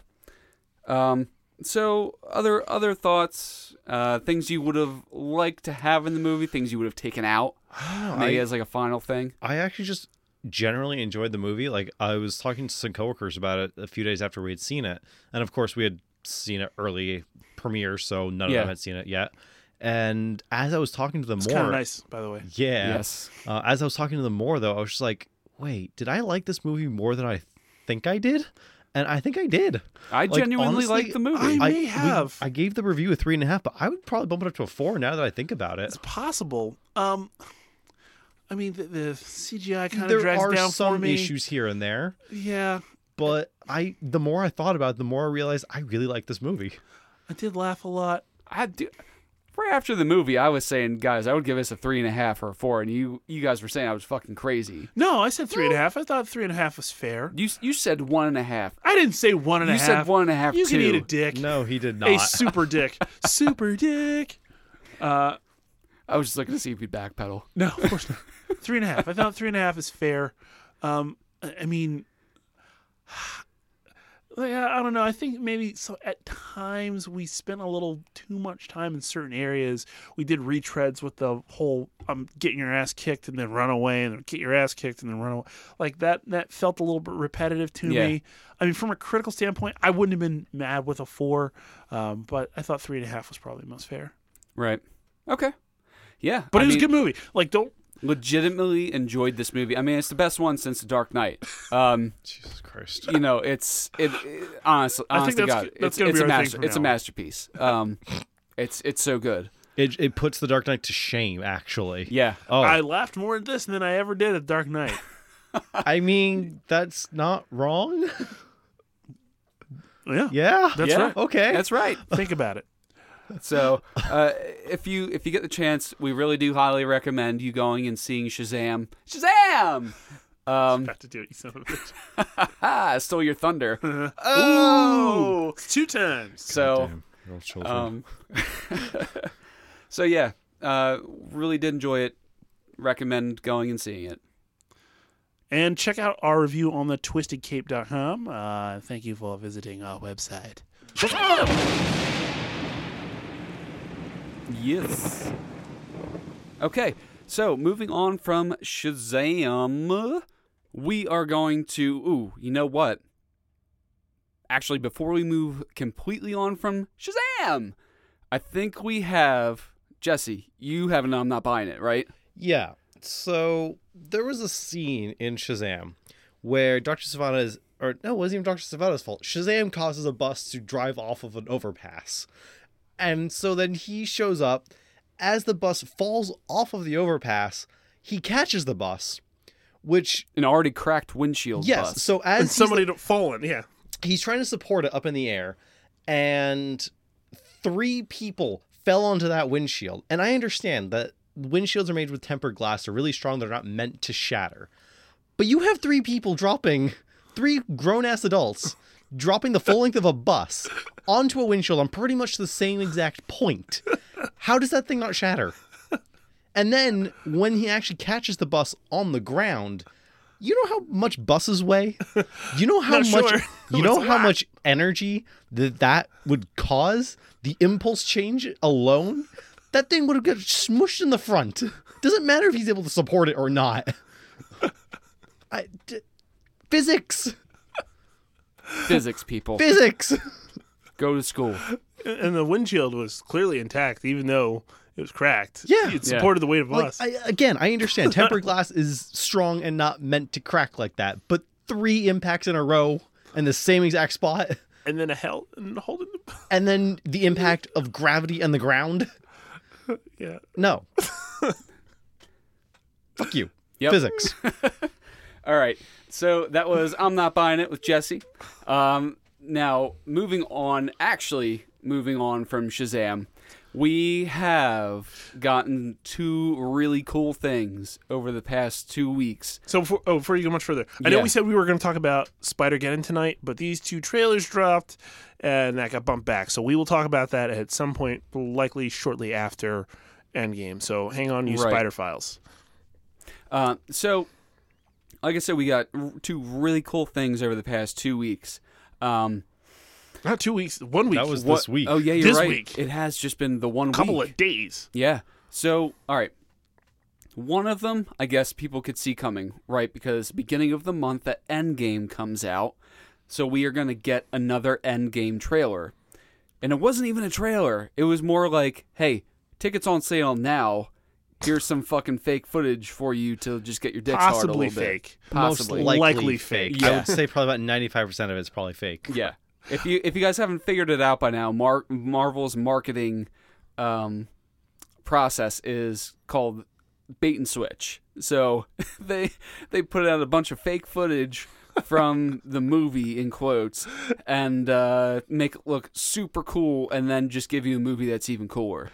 Um. So other other thoughts, uh, things you would have liked to have in the movie, things you would have taken out,
Ah,
maybe
I-
as like a final thing.
I actually just generally enjoyed the movie. Like I was talking to some coworkers about it a few days after we had seen it, and of course we had seen it early premiere, so none
Yeah.
of them had seen it yet. And as I was talking to them
It's kind
more,
of nice, by the way.
yeah,
Yes.
uh, as I was talking to them more though, I was just like, wait, did I like this movie more than I think I did? And I think I did.
I
Like,
genuinely
honestly,
liked the movie.
I- may
we-
have.
I gave the review a three and a half, but I would probably bump it up to a four now that I think about it.
It's possible. Um, I mean, the, the CGI kind of
There
drags
are
down for
some
me.
issues here and there.
Yeah,
but I the more I thought about it, the more I realized I really like this movie.
I did laugh a lot.
I, do. Right after the movie, I was saying, guys, I would give this a three and a half or a four, and you you guys were saying I was fucking crazy.
No, I said three and a half. I thought three and a half was fair.
You you said one and a half.
I didn't say one and a
You
half.
said one and a half
You can eat a
too.
dick.
No, he did
a
not.
super dick. super dick. Uh,
I was just looking to see if you'd backpedal.
No, of course not. three and a half. I thought three and a half is fair. Um, I I mean, like, I I don't know. I think maybe so. At times we spent a little too much time in certain areas. We did retreads with the whole "I'm getting your ass kicked" and then run away, and then get your ass kicked and then run away. Like that. That felt a little bit repetitive to
Yeah.
me. I mean, from a critical standpoint, I wouldn't have been mad with a four, um, but I thought three and a half was probably most fair.
Right. Okay. Yeah.
But
I
it was
mean-
a good movie. Like, don't
legitimately enjoyed this movie. I mean, it's the best one since The Dark Knight. Um,
Jesus Christ.
you know, it's it, it honestly,
I
honest
think
to
that's-
God,
that's
it's,
gonna
it's
be
a
our thing
master,
from
it's
now
a
on.
masterpiece. Um, it's it's so good.
It it puts the Dark Knight to shame, actually.
Yeah,
Oh,
I
I,
laughed more at this than I ever did at Dark Knight.
mean that's not wrong.
Yeah.
Yeah,
That's
Yeah.
right.
okay.
that's right.
Think about it.
So, uh, if you if you get the chance, we really do highly recommend you going and seeing Shazam. Shazam. Um,
Got to do it, you son of a bitch.
ah, I stole your thunder.
Oh, two times.
So.
Damn, your old children.
Um, so yeah, uh, really did enjoy it. Recommend going and seeing it.
And check out our review on the twistedcape.com. Uh, thank you for visiting our website.
Yes. Okay, so moving on from Shazam, we are going to. Ooh, you know what? Actually, before we move completely on from Shazam, I think we have Jesse. You have an I'm not buying it, right?
Yeah. So there was a scene in Shazam where Dr. Savannah is, or no, it wasn't even Dr. Savannah's fault. Shazam causes a bus to drive off of an overpass. And so then he shows up. As the bus falls off of the overpass, he catches the bus, which,
An already cracked windshield.
yes.
bus.
So as
And
he's,
somebody don't fallen. Yeah.
he's trying to support it up in the air, and three people fell onto that windshield. And I understand that windshields are made with tempered glass, they're really strong, they're not meant to shatter. But you have three people dropping, three grown ass adults dropping the full length of a bus onto a windshield on pretty much the same exact point. How does that thing not shatter? And then when he actually catches the bus on the ground, you know how much buses weigh? You know how
Not
much
sure.
you know
It's a
how
lot.
much energy that that would cause? The impulse change alone? That thing would have got smushed in the front. Doesn't matter if he's able to support it or not. I d physics.
Physics people
Physics.
go to school.
and the windshield was clearly intact, even though it was cracked.
Yeah.
it
Yeah.
supported the weight of
Like
us.
I, again, I understand tempered glass is strong and not meant to crack like that, but three impacts in a row in the same exact spot,
and then a hell and holding. The,
and then the impact of gravity and the ground.
yeah,
No. Fuck you.
Yep.
Physics.
All right. So that was I'm Not Buying It with Jesse. Um, now, moving on, actually, moving on from Shazam, we have gotten two really cool things over the past two weeks.
So before, oh, before you go much further, I know
Yeah.
we said we were going to talk about Spider Geddon tonight, but these two trailers dropped, and that got bumped back. So we will talk about that at some point, likely shortly after Endgame. So hang on, you
Right.
Spider Files.
Uh, so, like I said, we got r- two really cool things over the past two weeks. Um,
Not two weeks, one week.
That was
a
this week.
oh, yeah, you're
This
right.
week.
It has just been the one
couple
week.
of days.
Yeah. So, all right. One of them, I guess people could see coming, right? Because beginning of the month, the Endgame comes out. So we are going to get another Endgame trailer. And it wasn't even a trailer. It was more like, hey, tickets on sale now. Here's some fucking fake footage for you to just get your dicks hard a
Possibly
little bit.
fake.
Possibly.
likely fake.
I
Yeah.
would say probably about ninety-five percent of it's probably fake.
Yeah. If you if you guys haven't figured it out by now, Mar- Marvel's marketing um, process is called bait and switch. So they they put out a bunch of fake footage from the movie in quotes and uh, make it look super cool, and then just give you a movie that's even cooler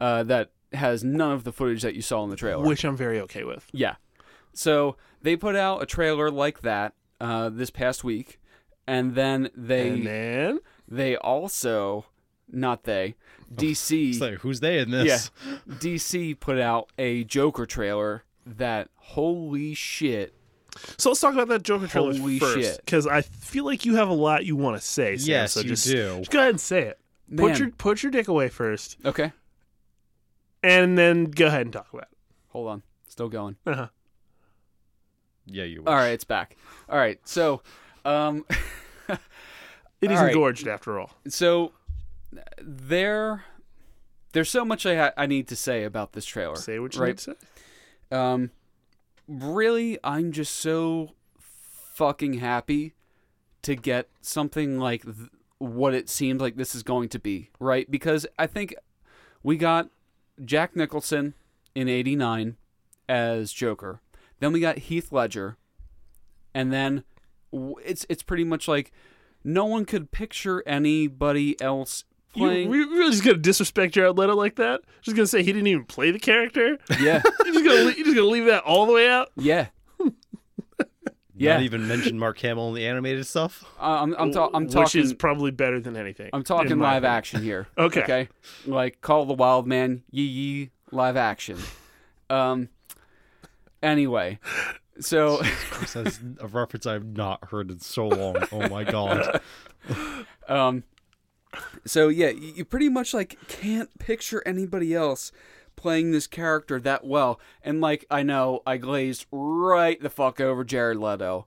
uh, that has none of the footage that you saw in the trailer.
Which I'm very okay with.
Yeah. So they put out a trailer like that uh, this past week, and then they
And then
they also not they DC
It's like who's they in this?
yeah DC put out a Joker trailer that holy shit
So let's talk about that Joker trailer
Holy
first,
shit.
because I feel like you have a lot you want to say. Sam,
Yes,
so
you
just,
do.
Just go ahead and say it.
Man.
Put your put your dick away first,
okay
and then go ahead and talk about it.
hold on still going
Uh-huh.
Yeah, Uh, you. Wish.
all right it's back all right so um
It is
All right.
engorged after all.
so there there's so much I ha- I need to say about this trailer
Say what you
right
need to say.
Um, really, I'm just so fucking happy to get something like th- what it seems like this is going to be, right? Because I think we got Jack Nicholson in '89 as Joker, then we got Heath Ledger, and then w- it's it's pretty much like no one could picture anybody else
You,
playing.
we- we're just gonna disrespect Jared Leto like that? Just gonna say he didn't even play the character?
yeah,
You're just gonna le- you're just gonna leave that all the way out?
yeah,
Not
yeah.
even mention Mark Hamill in the animated stuff.
I- I'm I'm, ta- I'm
Which
talking.
is probably better than anything.
I'm talking
in my
live
opinion.
action here.
Okay.
Okay. Like Call the Wild Man, yee yee, live action. Um. Anyway, so
That's a reference I've not heard in so long. Oh my god.
um, so yeah, you you pretty much like can't picture anybody else playing this character that well. And like I know I glazed right the fuck over Jared Leto.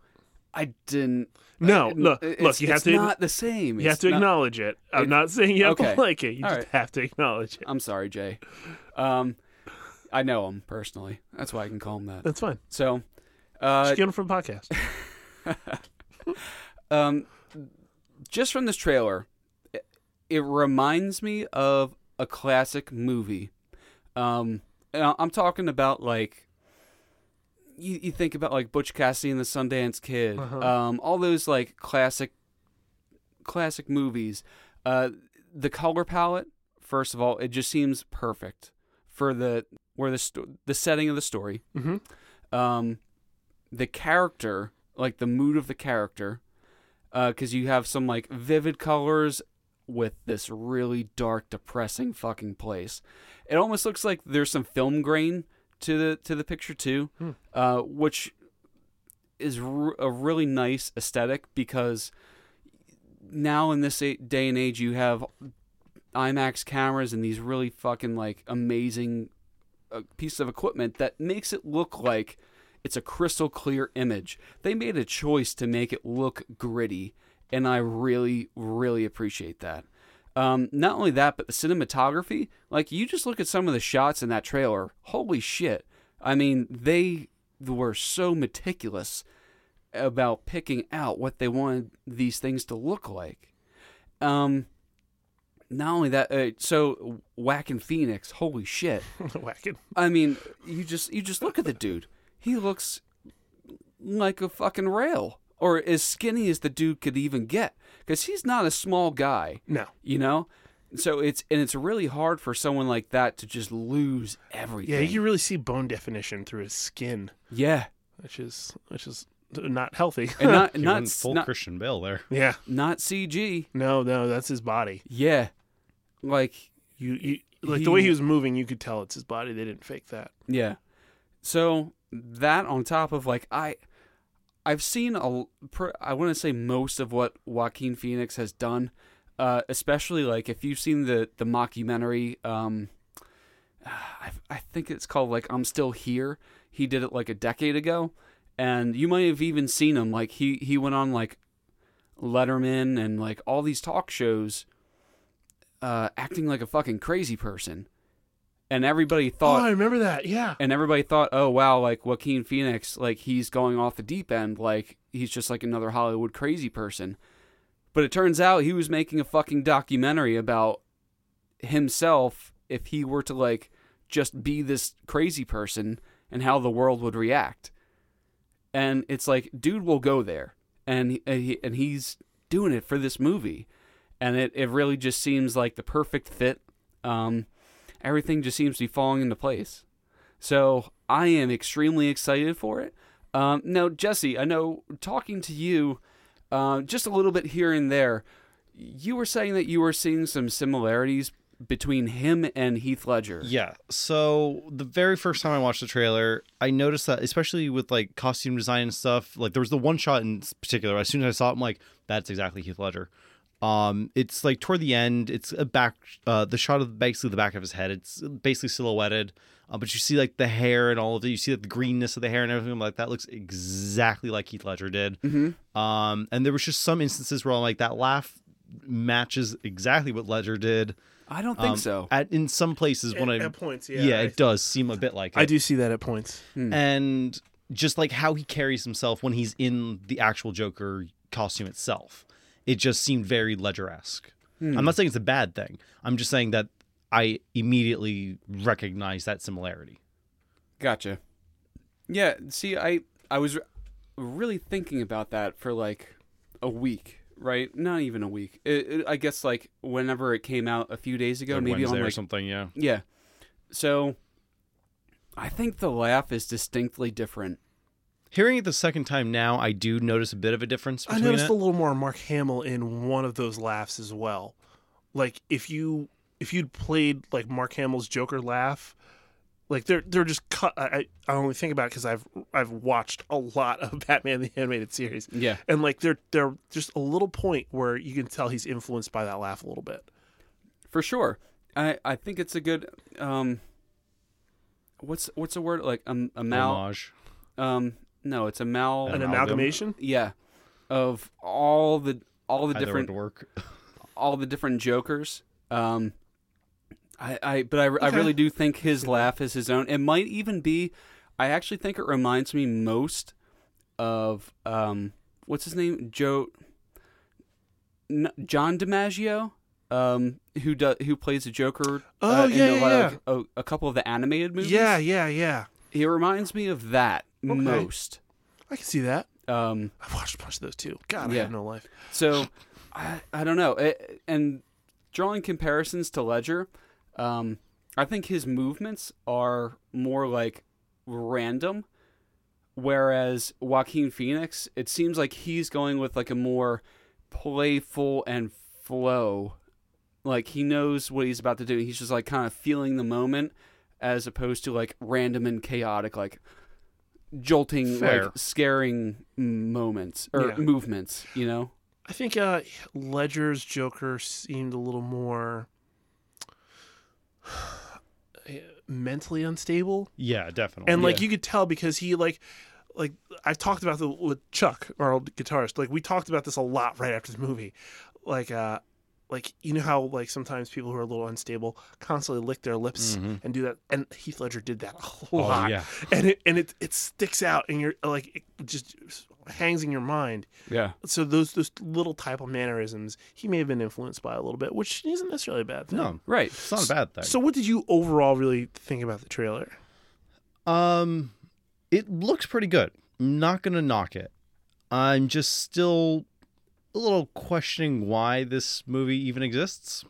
I didn't.
No, look,
it's,
look, you have
it's
to
not the same.
you have
It's
to
not-
acknowledge it. I'm not saying you have
okay.
to like it. You
All
just
right.
have to acknowledge it.
I'm sorry, Jay. Um, I know him personally. That's why I can call him that.
That's fine.
So, uh,
Just get him from the podcast.
um, just from this trailer, it, it reminds me of a classic movie. Um, and I- I'm talking about like you, you think about like Butch Cassidy and the Sundance Kid, um, all those like classic classic movies. Uh, the color palette First of all, it just seems perfect for the where the sto- the setting of the story.
Mhm.
Um, the character, like the mood of the character, because you have some like vivid colors with this really dark, depressing fucking place. It almost looks like there's some film grain to the to the picture too, uh, which is r- a really nice aesthetic because now in this a- day and age you have IMAX cameras and these really fucking like amazing uh, pieces of equipment that makes it look like it's a crystal clear image. They made a choice to make it look gritty, and I really, really appreciate that. Um, not only that, but the cinematography. Like you just look at some of the shots in that trailer. Holy shit! I mean, they were so meticulous about picking out what they wanted these things to look like. Um, not only that, uh, so Whack and Phoenix. Holy shit!
Whacking.
I mean, you just you just look at the dude. He looks like a fucking rail, or as skinny as the dude could even get, because he's not a small guy,
No.
you know. So it's and it's really hard for someone like that to just lose everything.
Yeah, you can really see bone definition through his skin,
yeah,
which is which is not healthy.
and not
He
not
went full
not,
Christian Bale there.
yeah.
not CG.
No, no, that's his body.
Yeah, like
You, you like
He-
the way he was moving, you could tell it's his body. They didn't fake that.
Yeah. So that on top of like I I've seen a l- pr- I want to say most of what Joaquin Phoenix has done uh especially like if you've seen the the mockumentary um I, I think it's called like I'm still here. He did it like a decade ago and you might have even seen him like he he went on like Letterman and like all these talk shows uh acting like a fucking crazy person. And everybody thought
oh, I remember that. Yeah.
and everybody thought, oh wow, like Joaquin Phoenix, like he's going off the deep end, like he's just like another Hollywood crazy person. But it turns out he was making a fucking documentary about himself if he were to like just be this crazy person and how the world would react. And it's like, dude will go there, and and, he, and he's doing it for this movie, and it it really just seems like the perfect fit. Um, everything just seems to be falling into place. So I am extremely excited for it. Um, now, Jesse, I know talking to you uh, just a little bit here and there, you were saying that you were seeing some similarities between him and Heath Ledger.
Yeah. So the very first time I watched the trailer, I noticed that, especially with like costume design and stuff, like there was the one shot in particular. As soon as I saw it, I'm like, that's exactly Heath Ledger. Um, it's like toward the end, it's a back, uh, the shot of basically the back of his head. It's basically silhouetted, uh, but you see like the hair and all of it. You see like, the greenness of the hair and everything. I'm like, that looks exactly like Heath Ledger did. Um, and there was just some instances where I'm like, that laugh matches exactly what Ledger did.
I don't think
Um,
so.
At in some places when I
at points, yeah.
yeah, it does seem a bit like it.
I do see that at points.
and just like how he carries himself when he's in the actual Joker costume itself, it just seemed very Ledger esque.
Hmm.
I'm not saying it's a bad thing. I'm just saying that I immediately recognize that similarity.
Gotcha. Yeah. See, I I was really thinking about that for like a week, right? Not even a week. It, it, I guess like whenever it came out a few days ago,
Like
maybe
Wednesday
on
or
like
something. Yeah,
Yeah. So I think the laugh is distinctly different.
hearing it the second time now, I do notice a bit of a difference
I
between
noticed
it.
a little more Mark Hamill in one of those laughs as well. Like if you if you'd played like Mark Hamill's Joker laugh, like they're they're just cut. I, I I only think about it because I've I've watched a lot of Batman the animated series,
Yeah.
and like they're they're just a little point where you can tell he's influenced by that laugh a little bit.
For sure. I, I think it's a good um what's what's the word like um a mal
Homage.
um no, it's a mal
An
An
amalgamation.
yeah of all the all the
Either would
different
work.
all the different jokers. Um I, I but I, I really do think his laugh is his own. It might even be I actually think it reminds me most of um what's his name? Joe N- John DiMaggio um who do, who plays the Joker
Oh,
uh, in
yeah,
a, lot
yeah,
of- a, a couple of the animated movies.
Yeah, yeah, yeah.
He reminds me of that most.
I can see that.
Um
I've watched a bunch of those too. God, I
Yeah.
have no life.
So I, I don't know. It, and drawing comparisons to Ledger, um, I think his movements are more like random, whereas Joaquin Phoenix, it seems like he's going with like a more playful and flow. Like he knows what he's about to do. He's just like kind of feeling the moment, as opposed to like random and chaotic, like jolting,
Fair.
like scaring moments or
Yeah.
movements. You know?
I think uh, Ledger's Joker seemed a little more eh, mentally unstable,
Yeah, definitely.
and like
Yeah.
you could tell because he like like I've talked about the with Chuck, our old guitarist. Like we talked about this a lot right after the movie. Like uh, like you know how like sometimes people who are a little unstable constantly lick their lips
Mhm.
and do that, and Heath Ledger did that a
Oh,
lot,
yeah.
and it and it it sticks out, and you're like it just hangs in your mind
Yeah.
so those those little type of mannerisms he may have been influenced by a little bit, which isn't necessarily a bad thing.
No,
Right.
it's not a bad thing.
So what did you overall really think about the trailer?
Um, it looks pretty good. I'm not gonna knock it. I'm just still a little questioning why this movie even exists,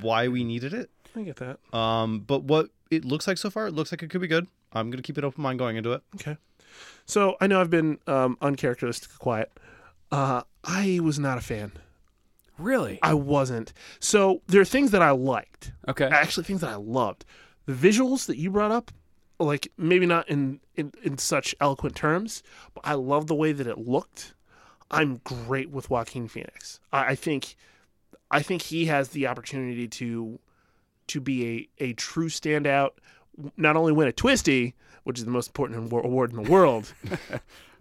why we needed it.
I get that.
Um, but what it looks like so far, it looks like it could be good. I'm gonna keep an open mind going into it.
So I know I've been um, uncharacteristically quiet. Uh, I was not a fan.
Really?
I wasn't. So there are things that I liked.
Okay.
Actually, things that I loved. The visuals that you brought up, like maybe not in in, in such eloquent terms, but I love the way that it looked. I'm great with Joaquin Phoenix. I, I think, I think he has the opportunity to, to be a a true standout. Not only win a Twisty, which is the most important awar- award in the world,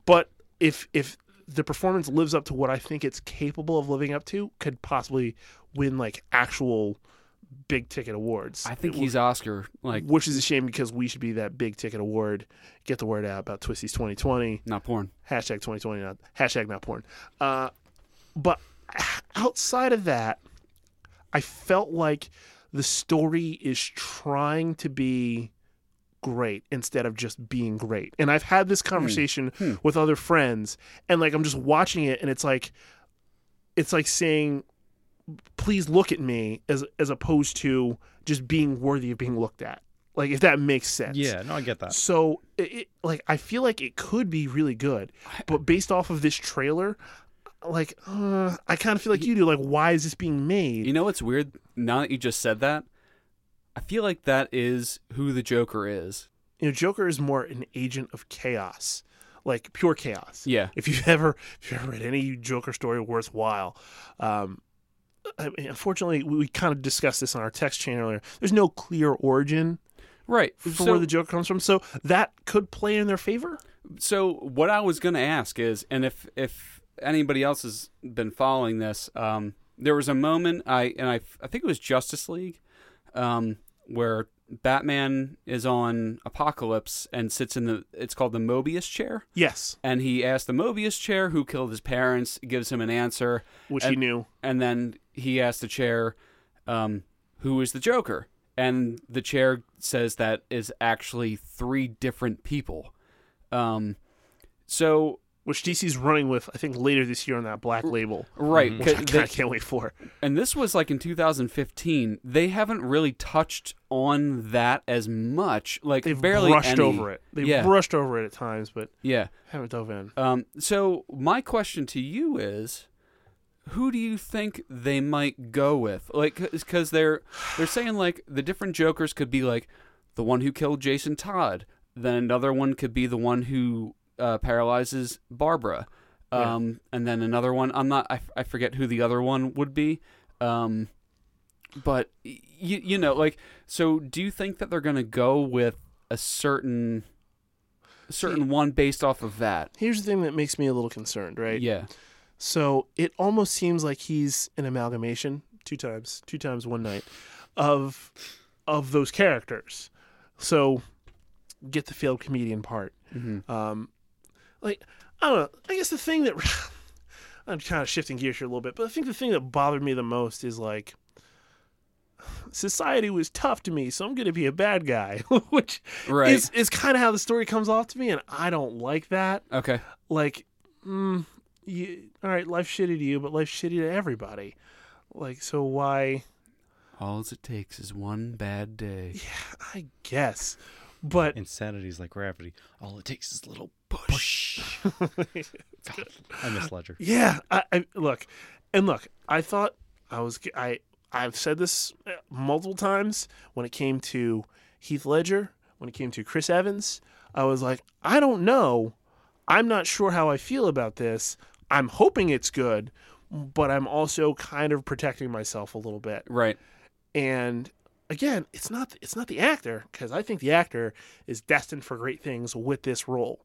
but if if the performance lives up to what I think it's capable of living up to, could possibly win like actual big ticket awards.
I think he's Oscar. Like
which is a shame because we should be that big ticket award. Get the word out about Twisties 2020
not porn.
hashtag 2020 not hashtag not porn uh, but outside of that i felt like the story is trying to be great instead of just being great and i've had this conversation with other friends and like i'm just watching it and it's like it's like saying please look at me as as opposed to just being worthy of being looked at like if that makes sense
Yeah, no, I get that.
so it, it, like I feel like it could be really good, but based off of this trailer, like uh, I kind of feel like you do. Like, why is this being made?
You know what's weird? Now that you just said that, I feel like that is who the Joker is.
You know, Joker is more an agent of chaos, like pure chaos.
Yeah.
If you've ever if you've ever read any Joker story worthwhile, um, I mean, unfortunately, we, we kind of discussed this on our text chain earlier. There's no clear origin
Right.
for
So,
where the Joker comes from, so that could play in their favor.
so what I was gonna ask is, and if if anybody else has been following this, um, there was a moment I and I I think it was Justice League, um, where Batman is on Apocalypse and sits in the it's called the Mobius chair,
Yes,
and he asks the Mobius chair who killed his parents, gives him an answer,
which he
And-
knew.
and then he asked the chair, um, "Who is the Joker?" And the chair says that is actually three different people. Um, so
which DC's running with, I think, later this year on that black label,
right,
which
'cause
Mm-hmm. I
they-
kinda can't wait for.
and this was like in 2015. They haven't really touched on that as much. Like
They've
barely
brushed
any.
over it. They've
Yeah.
brushed over it at times, but
Yeah.
haven't dove in.
Um, so my question to you is, who do you think they might go with? Like, because they're they're saying like the different Jokers could be like the one who killed Jason Todd, then another one could be the one who uh, paralyzes Barbara, um, and then another one. I'm not. I, f- I forget who the other one would be. Um, but y- you you know like so. Do you think that they're gonna go with a certain a certain one based off of that?
Here's the thing that makes me a little concerned, right?
Yeah.
So it almost seems like he's an amalgamation two times, two times one night, of of those characters. So get the failed comedian part.
hmm
Um, like I don't know. I guess the thing that I'm kind of shifting gears here a little bit, but I think the thing that bothered me the most is like society was tough to me, so I'm going to be a bad guy, which
Right.
is is kind of how the story comes off to me, and I don't like that.
okay.
Like, mm, you, all right, life's shitty to you, but life's shitty to everybody. Like, so why?
All it takes is one bad day.
I guess. But
Insanity is like gravity. All it takes is a little
Push.
God, I miss Ledger.
Yeah, I, I look, and look. I thought I was. g- I I've said this uh, multiple times when it came to Heath Ledger, when it came to Chris Evans. I was like, I don't know. I'm not sure how I feel about this. I'm hoping it's good, but I'm also kind of protecting myself a little bit.
Right.
And again, it's not it's not the actor because I think the actor is destined for great things with this role.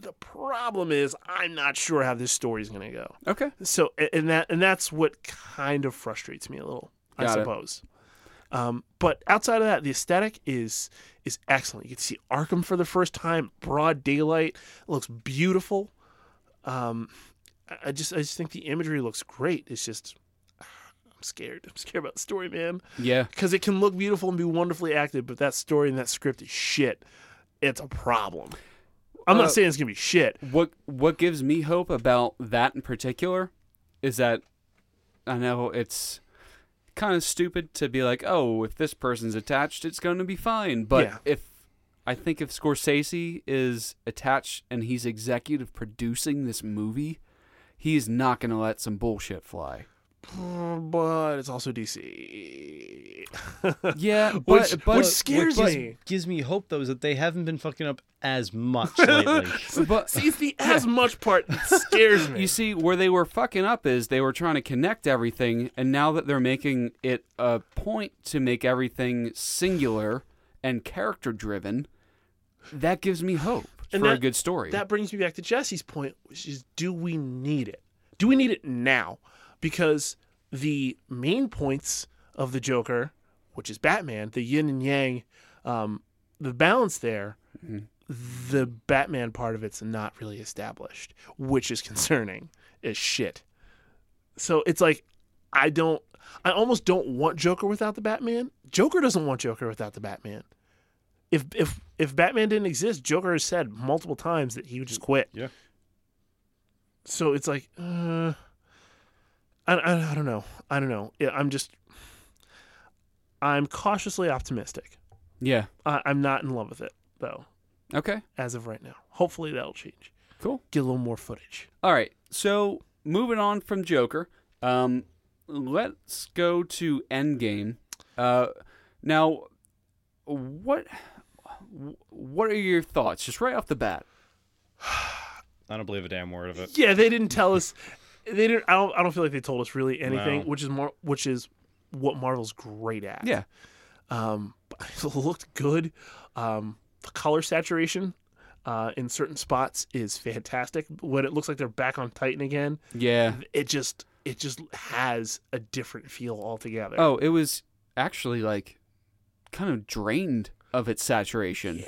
The problem is I'm not sure how this story is going to go.
Okay.
So a- and that and that's what kind of frustrates me a little, I
Got it.
suppose. Um, but outside of that, the aesthetic is is excellent. You can see Arkham for the first time, broad daylight. It looks beautiful. Um, I- I just I just think the imagery looks great. It's just I'm scared. I'm scared about the story, man
Yeah.
because it can look beautiful and be wonderfully acted, but that story and that script is shit. It's a problem. I'm
Uh,
not saying it's gonna be shit.
What what gives me hope about that in particular is that I know it's kind of stupid to be like, "Oh, if this person's attached, it's going to be fine." But
Yeah.
if I think if Scorsese is attached and he's executive producing this movie, he's not going to let some bullshit fly.
Mm, But it's also DC.
Yeah, but
Which-
but
which scares
What
me.
Gives me hope though is that they haven't been fucking up as much lately.
but
See, it's the as much part that scares me.
You see, where they were fucking up is they were trying to connect everything, and now that they're making it a point to make everything singular and character driven, that gives me hope
And
for a
that-
good story.
That brings me back to Jesse's point, which is do we need it? Do we need it now? Because the main points of the Joker, which is Batman, the yin and yang, um, the balance there, the Batman part of it's not really established, which is concerning as shit. So it's like, I don't, I almost don't want Joker without the Batman. Joker doesn't want Joker without the Batman if if if Batman didn't exist, Joker has said multiple times that he would just quit.
Yeah.
So it's like, uh, I, I I don't know, I don't know. Yeah, I'm just, I'm cautiously optimistic.
yeah.
I, I'm not in love with it though,
Okay.
as of right now. Hopefully that'll change.
Cool.
Get a little more footage.
All right. So moving on from Joker, um, let's go to Endgame. Uh, now, what what are your thoughts, just right off the bat?
I don't believe a damn word of it.
Yeah, they didn't tell us. They didn't. I don't. I don't feel like they told us really anything,
No.
which is more, which is what Marvel's great at.
Yeah.
Um, it looked good. Um, the color saturation uh, in certain spots is fantastic. When it looks like they're back on Titan again,
Yeah.
it just it just has a different feel altogether.
Oh, it was actually like kind of drained of its saturation.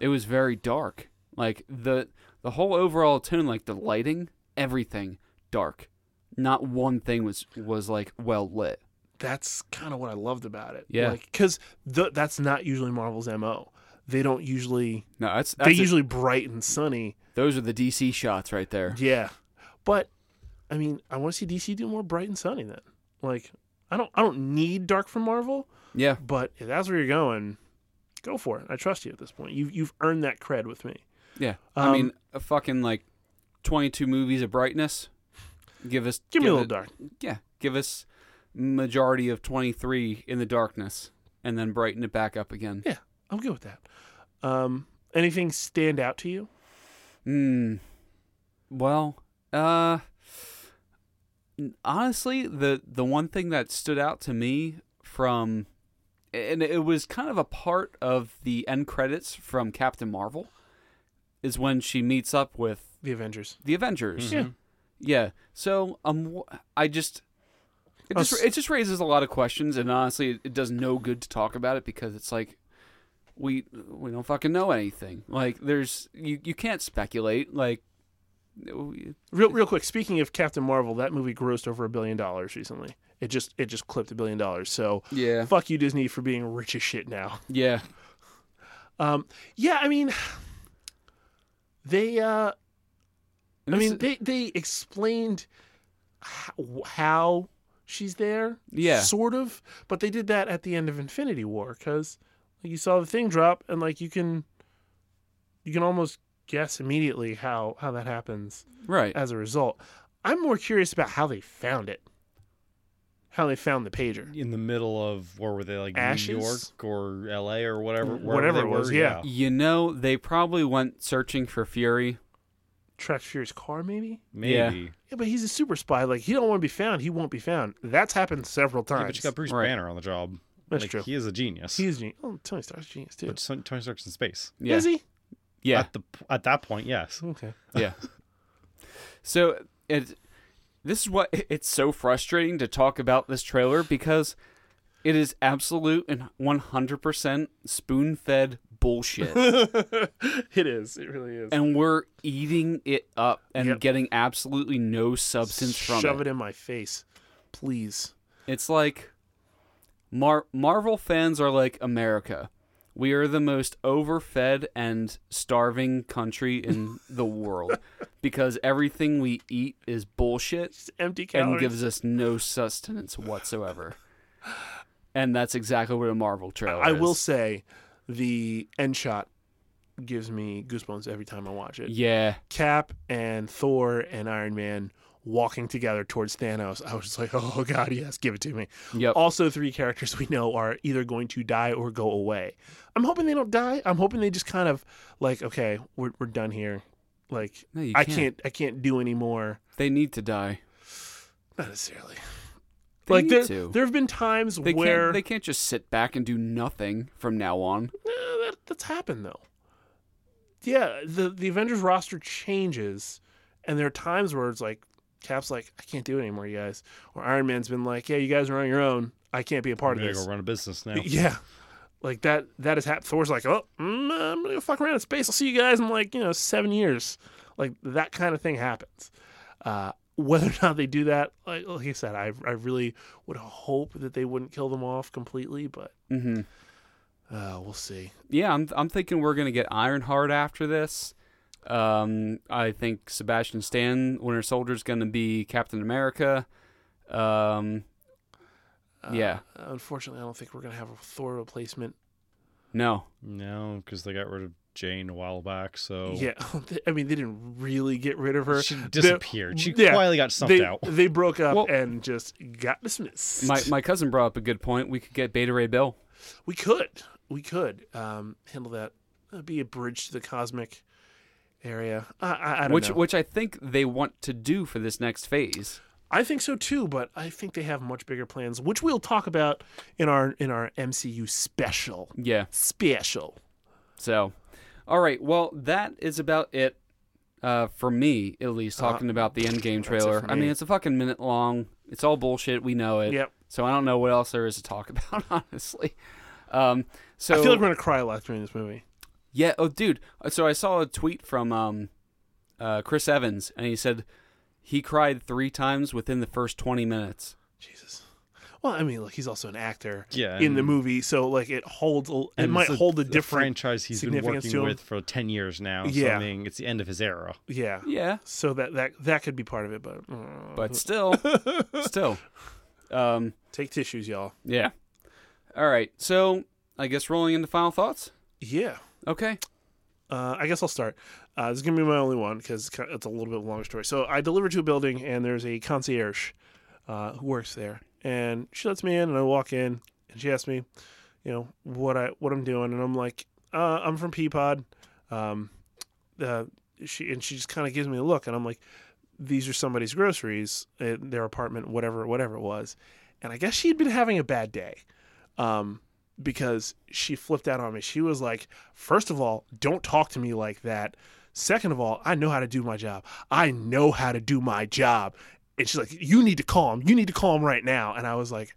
It was very dark. Like the the whole overall tone, like the lighting, everything dark. Not one thing was was like well lit.
that's kind of what I loved about it.
Yeah.
because that's not usually Marvel's mo. They don't usually
No, that's, that's
they
it.
usually bright and sunny.
those are the DC shots right there.
Yeah, but I mean, I want to see DC do more bright and sunny. Then, like, I don't I don't need dark from Marvel.
Yeah.
But if that's where you're going, go for it. I trust you at this point. You've you've earned that cred with me.
Yeah. I
Um,
mean, a fucking like twenty two movies of brightness. Give us
Give me a little
it-
dark.
Yeah. Give us majority of twenty three in the darkness and then brighten it back up again.
Yeah, I'm good with that. Um, anything stand out to you?
Hmm. Well, uh, n- honestly, the the one thing that stood out to me from, and it was kind of a part of the end credits from Captain Marvel, is when she meets up with
The Avengers.
the Avengers.
Yeah.
Yeah. So um, wh- I just. It
Oh,
just,
s-
it just raises a lot of questions, and honestly, it, it does no good to talk about it because it's like we we don't fucking know anything. Like, there's you, you can't speculate. Like, w-
Real real quick. Speaking of Captain Marvel, that movie grossed over a billion dollars recently. It just it just clipped a billion dollars. So
yeah,
fuck you Disney for being rich as shit now.
yeah,
Um, yeah, I mean, they. Uh,
And
I
this
mean,
is-
they they explained how, how she's there.
Yeah.
Sort of. But they did that at the end of Infinity War because like, you saw the thing drop and like you can you can almost guess immediately how how that happens
Right.
as a result. I'm more curious about how they found it. How they found the pager.
in the middle of where were they like New
Ashes?
York or L.A. or whatever, wherever
Whatever
they
it was,
were,
yeah.
You know, they probably went searching for Fury.
Tracked Fury's car maybe?
Yeah.
maybe.
Yeah, but he's a super spy. Like he don't want to be found. He won't be found. That's happened several
Yeah,
times.
but you got Bruce
Right.
Banner on the job.
That's
like,
true.
He is a genius.
He's genius. Oh, Tony Stark's genius too.
but Son- Tony Stark's in space.
Yeah.
Is he?
Yeah.
At the at that point, yes.
Okay.
Yeah. so it this is what it's so frustrating to talk about this trailer because it is absolute and 100% spoon-fed bullshit
it is. It really is.
and we're eating it up and
Yep.
getting absolutely no substance from
Shove
it.
it in my face, please.
It's like Mar- Marvel fans are like America. We are the most overfed and starving country in the world because everything we eat is bullshit.
Just empty
and
calories.
gives us no sustenance whatsoever. and that's exactly what a Marvel trailer
I
is.
will say, the end shot gives me goosebumps every time I watch it.
Yeah.
Cap and Thor and Iron Man walking together towards Thanos. I was just like, oh god, yes, give it to me.
Yep.
Also, three characters we know are either going to die or go away. I'm hoping they don't die. I'm hoping they just kind of like, okay, we're we're done here. Like,
No, you
I
can't.
can't, I can't do any more.
They need to die.
Not necessarily.
They
like
need
there,
to.
there have been times
They
where
can't. They can't just sit back and do nothing from now on.
Eh, that, that's happened though. Yeah, the the Avengers roster changes, and there are times where it's like Cap's like, I can't do it anymore, you guys. Or Iron Man's been like, Yeah, you guys are on your own. I can't be a part of
I'm gonna
this.
go run a business now.
Yeah. Like that that has happened. Thor's like, Oh, mm, I'm gonna go fuck around in space. I'll see you guys in like, you know, seven years. Like that kind of thing happens. Uh whether or not they do that, like, like I said, I, I really would hope that they wouldn't kill them off completely, but
hmm
uh, we'll see.
Yeah, I'm. I'm thinking we're gonna get Ironheart after this. Um, I think Sebastian Stan, Winter Soldier's gonna be Captain America. Um, yeah.
Uh, Unfortunately, I don't think we're gonna have a Thor replacement.
No.
No, because they got rid of Jane a while back, so
Yeah, I mean they didn't really get rid of her.
Oh. she disappeared. she
yeah,
quietly got stumped
they
out.
they broke up
Well-
and just got dismissed.
My my cousin brought up a good point. We could get Beta Ray Bill.
we could we could um, handle that. That'd be a bridge to the cosmic area. I, I, I don't
which
know.
which I think they want to do for this next phase.
I think so too, but I think they have much bigger plans, which we'll talk about in our in our MCU special.
Yeah.
Special.
So, all right. Well, that is about it uh, for me, at least. Talking about the Endgame
Uh-huh. it
trailer.
for
I mean,
me.
it's a fucking minute long. It's all bullshit. We know it.
Yep.
So I don't know what else there is to talk about, honestly. Um, so
I feel like we're gonna cry a lot during this movie.
Yeah. Oh, dude. So I saw a tweet from um, uh, Chris Evans, and he said he cried three times within the first twenty minutes.
Jesus. Well, I mean, look, he's also an actor
Yeah,
in the
and-
movie, so like it holds a, it
And
might
it's a-
hold a
a
different
franchise he's been
significance to
working
him.
with for ten years now. so,
Yeah.
I mean, it's the end of his era.
yeah.
Yeah.
So that that that could be part of it, but mm,
But still, still. Um,
take tissues, y'all.
Yeah. All right. So I guess rolling into final thoughts.
Yeah.
Okay.
Uh, I guess I'll start. Uh, this is gonna be my only one because it's a little bit longer story. So I deliver to a building, and there's a concierge uh, who works there, and she lets me in, and I walk in, and she asks me, you know, what I what I'm doing, and I'm like, uh, I'm from Peapod. Um, uh, she and she just kind of gives me a look, and I'm like, these are somebody's groceries, in their apartment, whatever, whatever it was, and I guess she had been having a bad day. Um, because she flipped out on me. She was like, first of all, don't talk to me like that. Second of all, I know how to do my job. I know how to do my job. And she's like, you need to calm. You need to calm right now. And I was like,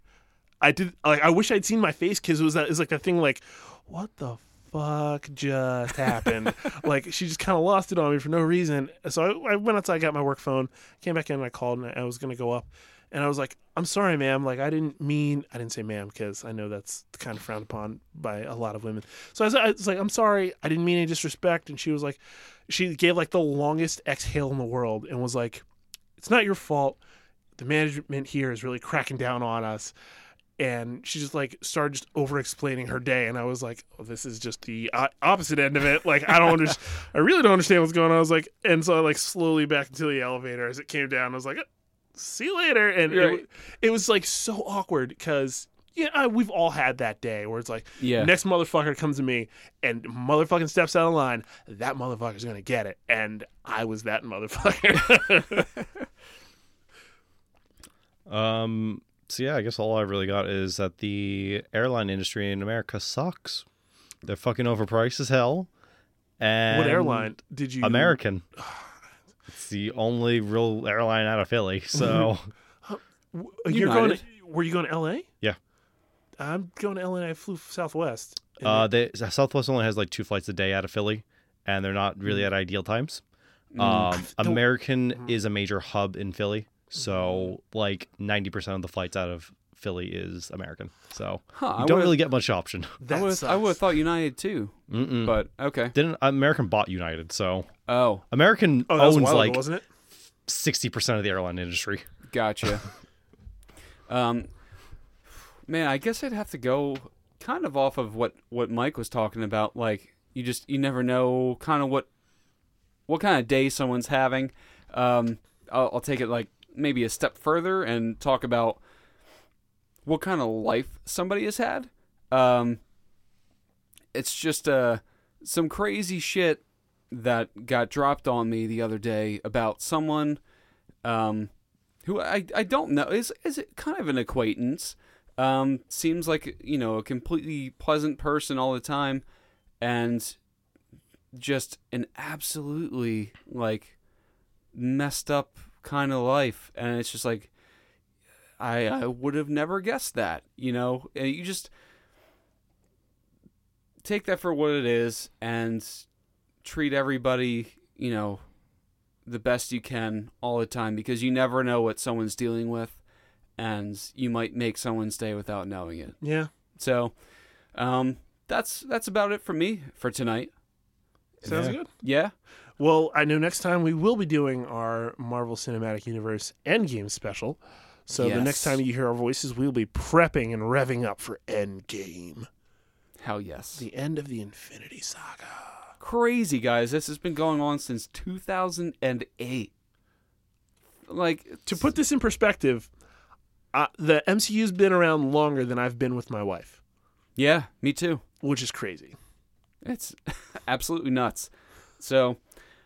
I did. Like, I wish I'd seen my face because it was that. It's like that thing. Like, what the fuck just happened? like, she just kind of lost it on me for no reason. So I, I went outside, got my work phone, came back in, and I called, and I was gonna go up, and I was like, "I'm sorry, ma'am. Like, I didn't mean. I didn't say ma'am because I know that's kind of frowned upon by a lot of women. So I was, I was like, "I'm sorry. I didn't mean any disrespect." And she was like, she gave like the longest exhale in the world, and was like, "It's not your fault." the management here is really cracking down on us. And she just like started just over explaining her day, and I was like, oh, "This is just the uh, opposite end of it." Like, I don't understand. I really don't understand what's going on. I was like, and so I like slowly back into the elevator as it came down. I was like, "See you later," and it,
Right.
w- it was like so awkward because yeah, I, we've all had that day where it's like,
Yeah.
next motherfucker comes to me and motherfucking steps out of line, that motherfucker's gonna get it. And I was that motherfucker.
Um, so yeah, I guess all I really got is that the airline industry in America sucks. They're fucking overpriced as hell. And
what airline did you?
American. It's the only real airline out of Philly. So
W- You're going. To,
United.
were you going to L.A.?
Yeah.
I'm going to L.A. I flew Southwest. And
uh, they, Southwest only has like two flights a day out of Philly, and they're not really at ideal times. Um,
Mm. don't- Mm.
American is a major hub in Philly, so like ninety percent of the flights out of Philly is American. So
Huh, I
you don't
would've-
really get much option.
that
I would I
sucks.
would have thought United too,
Hmm.
but okay.
Didn't American bought United? So
Oh,
American
Oh, that was a
owns
while ago,
like
wasn't it?
sixty percent of the airline industry.
Gotcha. um, man, I guess I'd have to go kind of off of what what Mike was talking about. Like you just you never know kind of what what kind of day someone's having. Um, I'll, I'll take it like maybe a step further and talk about what kind of life somebody has had. Um, it's just uh some crazy shit that got dropped on me the other day about someone um, who I, I don't know is is kind of an acquaintance. Um, seems like you know a completely pleasant person all the time, and just an absolutely like messed up kind of life. And it's just like I I would have never guessed that. You know, and you just take that for what it is and treat everybody you know the best you can all the time because you never know what someone's dealing with and you might make someone's day without knowing it.
Yeah.
So um that's that's about it for me for tonight.
Sounds
Yeah.
good.
Yeah.
Well, I know next time we will be doing our Marvel Cinematic Universe Endgame special. So the next
Yes.
time you hear our voices, we'll be prepping and revving up for Endgame,
Hell yes.
the end of the Infinity Saga.
Crazy guys, this has been going on since 2008. Like
To put this in perspective, uh, the MCU's been around longer than I've been with my wife,
Yeah, me too.
which is crazy.
It's absolutely nuts. So,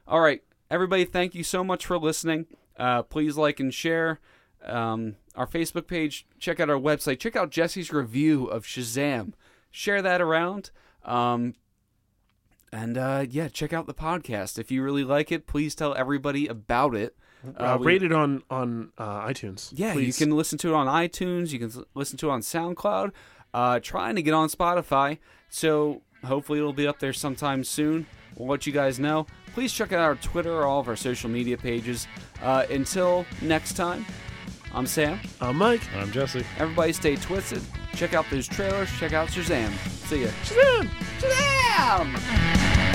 all right, everybody, thank you so much for listening. Uh, please like and share um, our Facebook page. Check out our website. Check out Jesse's review of Shazam. Share that around. Um, and uh, yeah, check out the podcast. If you really like it, please tell everybody about it.
Uh,
we-
rated on on uh, iTunes.
yeah,
please.
you can listen to it on iTunes. You can s- listen to it on SoundCloud. Uh, trying to get on Spotify, so hopefully it'll be up there sometime soon. We'll let you guys know. Please check out our Twitter, all of our social media pages. Uh, until next time, I'm Sam.
Uh, Mike.
And I'm Jesse.
Everybody stay twisted. Check out those trailers. Check out Shazam. See ya.
Shazam!
Shazam!